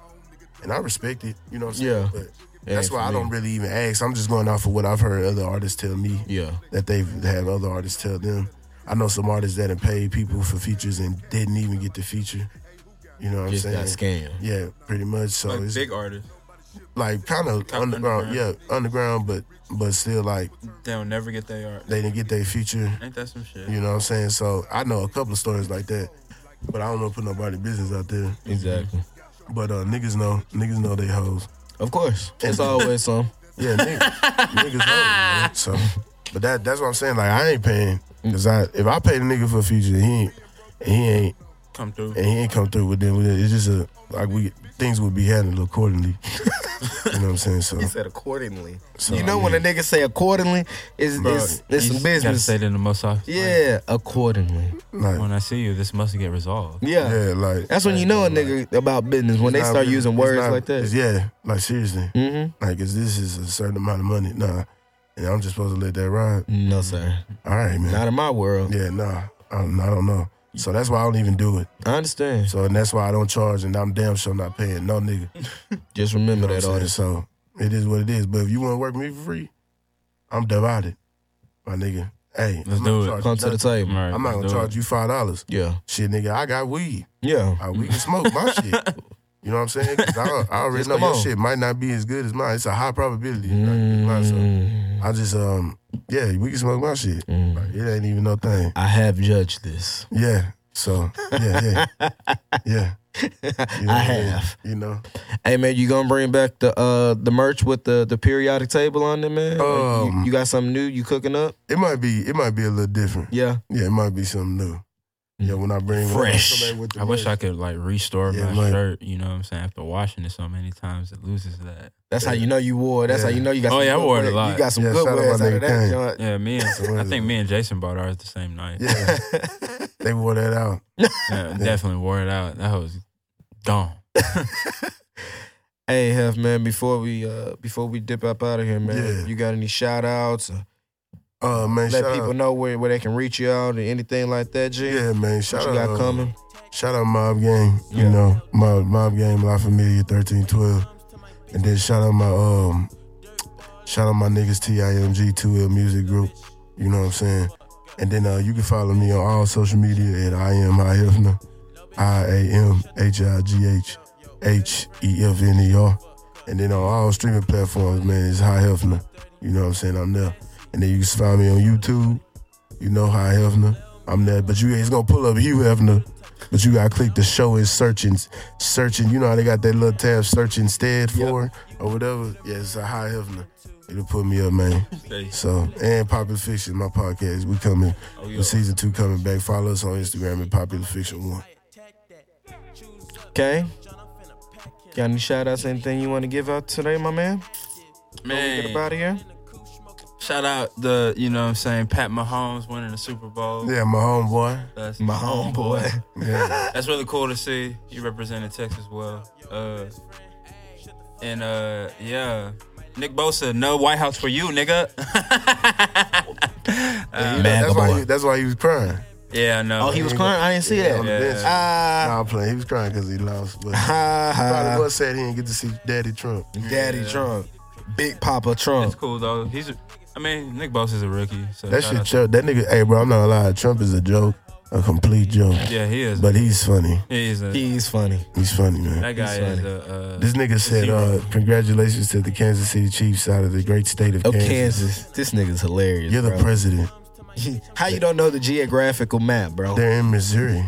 Speaker 1: And I respect it, you know what I'm saying?
Speaker 2: Yeah.
Speaker 1: But
Speaker 2: Yeah,
Speaker 1: that's why
Speaker 2: for
Speaker 1: I
Speaker 2: me.
Speaker 1: don't really even ask. I'm just going off of what I've heard other artists tell me
Speaker 2: Yeah.
Speaker 1: that they've had other artists tell them. I know some artists that have paid people for features and didn't even get the feature. You know what
Speaker 2: Just
Speaker 1: I'm saying?
Speaker 2: got scammed.
Speaker 1: Yeah, pretty much. So
Speaker 3: like
Speaker 1: it's
Speaker 3: big artists.
Speaker 1: like kind of underground,
Speaker 3: underground.
Speaker 1: yeah, underground, but but still like
Speaker 3: They'll never get their art.
Speaker 1: they didn't get their feature.
Speaker 3: Ain't that some shit?
Speaker 1: You know what I'm saying? So I know a couple of stories like that, but I don't want to put nobody business out there.
Speaker 2: Exactly.
Speaker 1: But uh, niggas know, niggas know they hoes.
Speaker 2: Of course. It's always some.
Speaker 1: Yeah, niggas, niggas own it, man. So, but that that's what I'm saying. Like I ain't paying because I if I pay the nigga for a feature, he ain't, and he ain't
Speaker 3: Come through.
Speaker 1: and he ain't come through with them. It's just a like we things would be handled accordingly. you know what I'm saying? So,
Speaker 2: said accordingly.
Speaker 1: so,
Speaker 2: you know
Speaker 1: I
Speaker 2: when a
Speaker 1: mean,
Speaker 2: nigga say accordingly, it's
Speaker 1: Bro,
Speaker 2: it's, it's some
Speaker 3: You just Gotta
Speaker 2: business.
Speaker 3: say that in the most soft-
Speaker 2: Yeah, accordingly.
Speaker 1: like,
Speaker 3: When I see you, this must get resolved.
Speaker 2: Yeah.
Speaker 1: yeah, like
Speaker 2: That's when you know a nigga about business when they
Speaker 1: Nah,
Speaker 2: start
Speaker 1: it's
Speaker 2: using words
Speaker 1: not-
Speaker 2: like
Speaker 1: it's-
Speaker 2: that.
Speaker 1: Yeah, like seriously,
Speaker 2: Mm-hmm.
Speaker 1: like 'cause this is a certain amount of money, nah, and I'm just supposed to let that ride.
Speaker 2: No sir,
Speaker 1: All right, man.
Speaker 2: not in my world.
Speaker 1: yeah, nah, I don't, I don't know. So that's why I don't even do it.
Speaker 2: I understand.
Speaker 1: So and that's why I don't charge, and I'm damn sure not paying no nigga.
Speaker 2: Just
Speaker 1: You know
Speaker 2: remember that
Speaker 1: what I'm
Speaker 2: artist.
Speaker 1: saying? So it is what it is. But if you want to work with me for free, I'm divided, my nigga. Hey,
Speaker 3: Let's
Speaker 1: I'm not
Speaker 3: do it.
Speaker 1: charging
Speaker 2: Come to the
Speaker 1: nothing.
Speaker 2: table.
Speaker 3: Right,
Speaker 1: I'm not gonna
Speaker 3: let's do
Speaker 1: charge
Speaker 3: it.
Speaker 1: you five dollars.
Speaker 2: Yeah,
Speaker 1: Shit, nigga, I got weed.
Speaker 2: yeah.
Speaker 1: Uh, we can smoke my shit. You know what I'm saying? 'Cause I, I already
Speaker 2: Just
Speaker 1: know
Speaker 2: come
Speaker 1: your
Speaker 2: on.
Speaker 1: shit might not be as good as mine. It's a high probability. it's not good as mine, so
Speaker 2: Mm,
Speaker 1: I just um yeah, we can smoke my shit.
Speaker 2: mm.
Speaker 1: Like, it ain't even no thing.
Speaker 2: I have judged this.
Speaker 1: Yeah. So yeah, yeah, yeah. You know
Speaker 2: I
Speaker 1: what mean?
Speaker 2: have.
Speaker 1: You know.
Speaker 2: Hey man, you gonna bring back the uh the merch with the the periodic table on it, man? Or you,
Speaker 1: Um,
Speaker 2: you got something new you cooking up?
Speaker 1: It might be it might be a little different.
Speaker 2: Yeah.
Speaker 1: Yeah, it might be something new. Yeah, when I bring
Speaker 2: Fresh.
Speaker 1: When I, come back with the
Speaker 3: I wish I
Speaker 1: merch.
Speaker 3: could like restore
Speaker 1: Yeah,
Speaker 3: my
Speaker 1: like-
Speaker 3: shirt. You know what I'm saying? After washing it so many times, it loses that.
Speaker 2: That's how you know you wore. it. That's how
Speaker 1: Yeah.
Speaker 2: you know you got.
Speaker 3: Oh,
Speaker 2: some
Speaker 3: yeah, I
Speaker 2: good
Speaker 3: wore it a
Speaker 2: wear.
Speaker 3: lot.
Speaker 2: You got some
Speaker 1: Yeah,
Speaker 2: good
Speaker 1: shout out
Speaker 2: wears
Speaker 1: my
Speaker 2: out of
Speaker 1: nigga
Speaker 2: that.
Speaker 1: Kane.
Speaker 2: joint.
Speaker 3: Yeah, me and
Speaker 1: what
Speaker 3: I
Speaker 1: is
Speaker 3: think
Speaker 1: it?
Speaker 3: me and Jason bought ours the same night.
Speaker 1: Yeah, they wore that out.
Speaker 3: Yeah, definitely wore it out. That was gone.
Speaker 2: Hey, Hef, man. Before we uh before we dip up out of here, man.
Speaker 1: Yeah.
Speaker 2: You got any shout outs?
Speaker 1: Uh man,
Speaker 2: Let
Speaker 1: shout
Speaker 2: people
Speaker 1: out.
Speaker 2: know where, where they can reach you out or anything like that, G.
Speaker 1: Yeah, man. Shout
Speaker 2: What you
Speaker 1: out
Speaker 2: got
Speaker 1: uh,
Speaker 2: coming?
Speaker 1: Shout out Mob Gang, you
Speaker 2: Yeah.
Speaker 1: know, Mob, Mob Gang, La Familia, thirteen twelve, and then shout out my um, shout out my niggas TIMG Two L Music Group, you know what I'm saying, and then uh, you can follow me on all social media at I am High Hefner, I A M H I G H H E F N E R, and then on all streaming platforms, man, it's High Hefner, you know what I'm saying, I'm there, and then you can find me on YouTube, you know High Hefner, I'm there, but you it's gonna pull up Hugh Hefner. But you gotta click the show is searching, searching. You know how they got that little tab search instead for or whatever. Yeah, it's a high heaven. It'll put me up, man. So and Popular Fiction, my podcast. We coming with season two coming back. Follow us on Instagram at Popular Fiction One.
Speaker 2: Okay. Got any shout outs? Anything you want to give out today, my man? Get
Speaker 3: Man,
Speaker 2: about here.
Speaker 3: shout out the you know what I'm saying Pat Mahomes winning the Super Bowl.
Speaker 1: Yeah, my homeboy.
Speaker 3: That's
Speaker 2: My homeboy.
Speaker 1: Yeah,
Speaker 3: That's really cool to see. You represented Texas well. Uh, and uh, yeah, Nick Bosa, no White House for you, nigga.
Speaker 1: You know, that's why. He, that's why he was crying.
Speaker 3: yeah, no.
Speaker 2: Oh, he was crying. I didn't see
Speaker 1: on the
Speaker 2: that.
Speaker 1: bench.
Speaker 2: Ah.
Speaker 1: Nah, I'm playing. He was crying because he lost. But
Speaker 2: Ha ha.
Speaker 1: probably was sad he didn't get to see Daddy Trump.
Speaker 2: Daddy Trump, Big Papa
Speaker 3: It's
Speaker 2: Trump.
Speaker 3: cool though. He's, a, I mean, Nick Bosa's a rookie. So
Speaker 1: That
Speaker 3: shout
Speaker 1: shit,
Speaker 3: out to-
Speaker 1: Trump. That nigga. Hey, bro, I'm not gonna lie. Trump is a joke. a complete joke.
Speaker 3: Yeah, he is.
Speaker 1: But he's funny.
Speaker 3: he is. A,
Speaker 2: He's funny.
Speaker 1: He's funny, man.
Speaker 3: that guy
Speaker 2: he's
Speaker 3: is
Speaker 2: funny.
Speaker 3: a. Uh,
Speaker 1: This nigga said,
Speaker 3: zero.
Speaker 1: uh, "Congratulations to the Kansas City Chiefs out of the great state of
Speaker 2: Of
Speaker 1: Kansas.
Speaker 2: Oh, Kansas, this nigga's hilarious.
Speaker 1: You're the
Speaker 2: bro.
Speaker 1: president.
Speaker 2: How you don't know the geographical map, bro?
Speaker 1: They're in Missouri."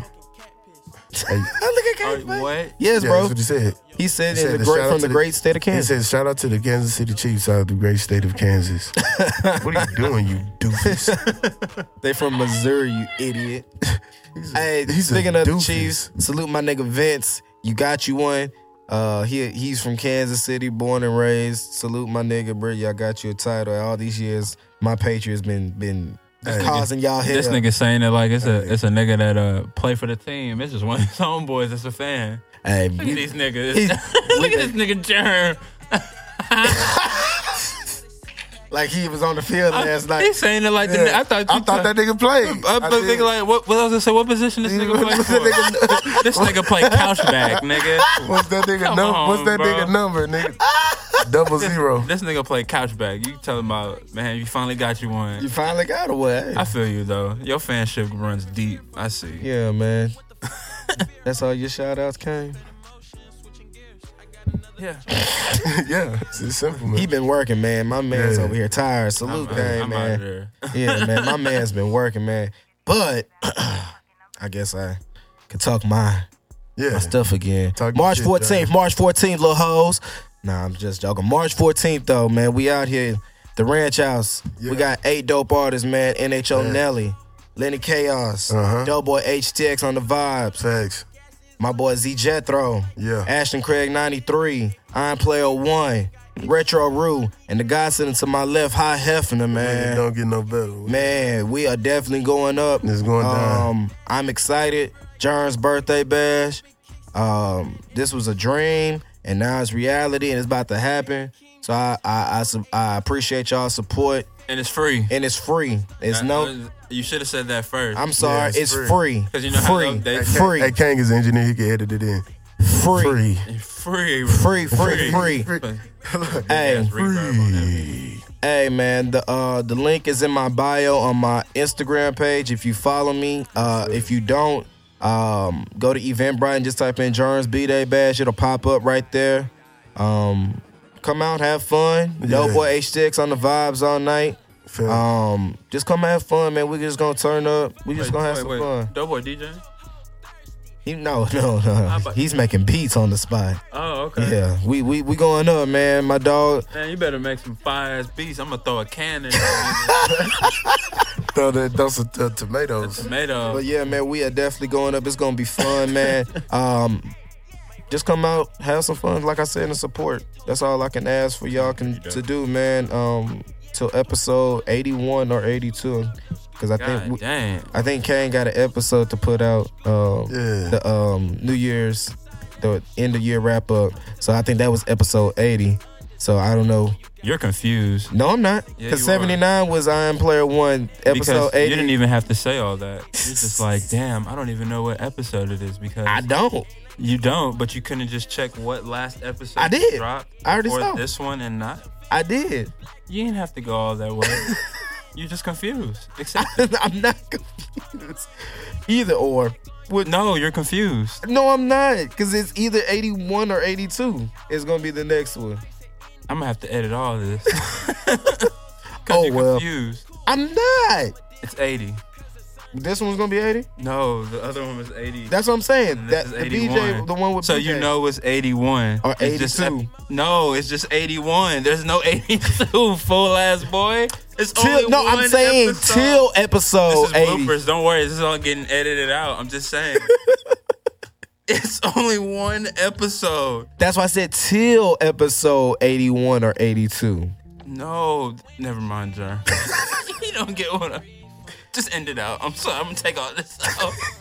Speaker 1: Hey,
Speaker 2: Look at
Speaker 3: Are-
Speaker 2: Kansas.
Speaker 3: what?
Speaker 2: Yes,
Speaker 1: yeah,
Speaker 2: bro.
Speaker 1: that's what he said.
Speaker 2: He said,
Speaker 1: He
Speaker 2: in
Speaker 1: said
Speaker 2: the
Speaker 1: the
Speaker 2: great,
Speaker 1: shout out
Speaker 2: from the
Speaker 1: to the-
Speaker 2: great state of
Speaker 1: He
Speaker 2: Kansas.
Speaker 1: said, "Shout out to the Kansas City Chiefs out of the great state of Kansas." what are you doing, you doofus?
Speaker 2: they from Missouri, you idiot. hey,
Speaker 1: he's a
Speaker 2: speaking of the
Speaker 1: doofus.
Speaker 2: Chiefs, salute my nigga Vince. You got you one. Uh, he he's from Kansas City, born and raised. Salute my nigga, bro. Y'all got you a title. All these years, my Patriots been been causing y'all hell.
Speaker 3: This nigga saying it like it's a it's a nigga that uh play for the team. It's just one of his homeboys that's a fan.
Speaker 2: Hey,
Speaker 3: Look at these niggas.
Speaker 2: He's-
Speaker 3: Look at this nigga germ.
Speaker 2: like he was on the field last night.
Speaker 3: He's saying it like the
Speaker 1: Yeah.
Speaker 3: nigga. I thought you
Speaker 1: I thought that nigga played.
Speaker 3: I was
Speaker 1: did.
Speaker 3: thinking like what, what I was gonna say, what position this nigga play for? this nigga play couch back, nigga.
Speaker 1: What's that nigga
Speaker 3: Come
Speaker 1: number? What's
Speaker 3: on,
Speaker 1: that
Speaker 3: bro.
Speaker 1: nigga number, nigga? Double zero.
Speaker 3: This nigga play couch back. You tell him about man, you finally got you
Speaker 2: You
Speaker 3: one.
Speaker 2: finally got away.
Speaker 3: I feel you though. Your fanship runs deep. I see.
Speaker 2: Yeah, man. That's all your shout outs came.
Speaker 3: Yeah.
Speaker 1: yeah, it's it's simple, man.
Speaker 2: He been working, man. My man's
Speaker 1: Yeah.
Speaker 2: over here tired. Salute,
Speaker 3: I'm,
Speaker 2: gang,
Speaker 3: I'm out
Speaker 2: man.
Speaker 3: of there.
Speaker 2: yeah, man. My man's been working, man. But I guess I can talk my
Speaker 1: yeah,
Speaker 2: my stuff again.
Speaker 1: Talk your
Speaker 2: March
Speaker 1: shit,
Speaker 2: 14th,
Speaker 1: dog.
Speaker 2: March 14th, little hoes. Nah, I'm just joking. March 14th, though, man. We out here, the ranch house.
Speaker 1: Yeah.
Speaker 2: We got eight dope artists, man. NHO Nelly, Lenny Chaos,
Speaker 1: Uh-huh.
Speaker 2: Doughboy HTX on the vibes.
Speaker 1: facts.
Speaker 2: My boy Z Jethro.
Speaker 1: Yeah.
Speaker 2: Ashton Craig 93. Iron Player 1. Retro Rue. And the guy sitting to my left, High Hefner,
Speaker 1: It
Speaker 2: man.
Speaker 1: don't get no better. Man.
Speaker 2: Man, we are definitely going up.
Speaker 1: It's going down.
Speaker 2: Um, I'm excited. Jern's birthday bash. Um, this was a dream, and now it's reality, and it's about to happen. So I I, I, su- I appreciate y'all support,
Speaker 3: And it's free. Uh,
Speaker 2: and it's free. It's no.
Speaker 3: You should have said that first.
Speaker 2: I'm sorry,
Speaker 1: it's
Speaker 2: it's,
Speaker 1: free.
Speaker 2: free.
Speaker 3: 'Cause you know how
Speaker 2: free,
Speaker 3: they-
Speaker 2: free,
Speaker 1: Hey, Kang is an engineer. He can edit it in.
Speaker 2: free, free,
Speaker 1: Free.
Speaker 3: Free,
Speaker 2: free, free,
Speaker 1: Free.
Speaker 2: Hey,
Speaker 3: reverb on that beat.
Speaker 2: Hey man, the uh the link is in my bio on my Instagram page. If you follow me, uh if you don't, um go to Eventbrite and just type in Jerns B Day Bash. It'll pop up right there. Um come out, have fun. No
Speaker 1: Yeah.
Speaker 2: boy H six on the vibes all night.
Speaker 1: Fair.
Speaker 2: Um just come have fun, man. We just gonna turn up. We just gonna have some fun.
Speaker 3: Doughboy DJ.
Speaker 2: He, no, no, no.
Speaker 3: about-
Speaker 2: He's making beats on the spot.
Speaker 3: Oh, okay.
Speaker 2: Yeah, we we we going up, man. My dog.
Speaker 3: Man, you better make some fire ass beats. I'm gonna throw a cannon.
Speaker 1: Throw that throw some uh, tomatoes.
Speaker 3: tomato.
Speaker 2: But yeah, man, we are definitely going up. It's gonna be fun, man. um, just come out, have some fun. Like I said, and support. That's all I can ask for y'all can to do, man. Um, till episode eighty-one or eighty-two, because I
Speaker 3: God
Speaker 2: think we,
Speaker 3: damn.
Speaker 2: I think Kane got an episode to put out. Um,
Speaker 1: Yeah.
Speaker 2: the um New Year's, the end of year wrap up. So I think that was episode eighty. So I don't know.
Speaker 3: You're confused.
Speaker 2: No, I'm not.
Speaker 3: Yeah,
Speaker 2: Cause
Speaker 3: you are.
Speaker 2: seventy nine was Iron Player One, episode
Speaker 3: Because
Speaker 2: eighty.
Speaker 3: you didn't even have to say all that. You're just like, damn, I don't even know what episode it is because
Speaker 2: I don't.
Speaker 3: you don't, but you couldn't just check what last episode
Speaker 2: I did.
Speaker 3: dropped
Speaker 2: I already
Speaker 3: before
Speaker 2: saw.
Speaker 3: this one and not.
Speaker 2: I did.
Speaker 3: You didn't have to go all that way. You're just confused. Except
Speaker 2: I'm not confused. Either or.
Speaker 3: no, you're confused.
Speaker 2: No, I'm not. Because it's either 81 or 82. It's going to be the next one.
Speaker 3: I'm gonna have to edit all this. 'Cause
Speaker 2: Oh,
Speaker 3: you're
Speaker 2: well.
Speaker 3: confused.
Speaker 2: I'm not.
Speaker 3: It's 80.
Speaker 2: This one's going to be 80?
Speaker 3: No, the other one was 80.
Speaker 2: That's what I'm saying.
Speaker 3: And
Speaker 2: That,
Speaker 3: this
Speaker 2: the
Speaker 3: is
Speaker 2: BJ, the one with
Speaker 3: so
Speaker 2: BJ.
Speaker 3: you know it's 81
Speaker 2: Or
Speaker 3: It's just-
Speaker 2: 82.
Speaker 3: no, it's just 81. There's no 82 full ass boy. It's only
Speaker 2: Till, no, I'm
Speaker 3: one
Speaker 2: saying
Speaker 3: episode.
Speaker 2: till
Speaker 3: This
Speaker 2: episode
Speaker 3: is
Speaker 2: 80.
Speaker 3: bloopers. Don't worry, this is all getting edited out. I'm just saying. it's only one episode.
Speaker 2: That's why I said till episode 81 or 82.
Speaker 3: No, never mind, John. you don't get what I. Just end it out. I'm sorry. I'm gonna take all this out.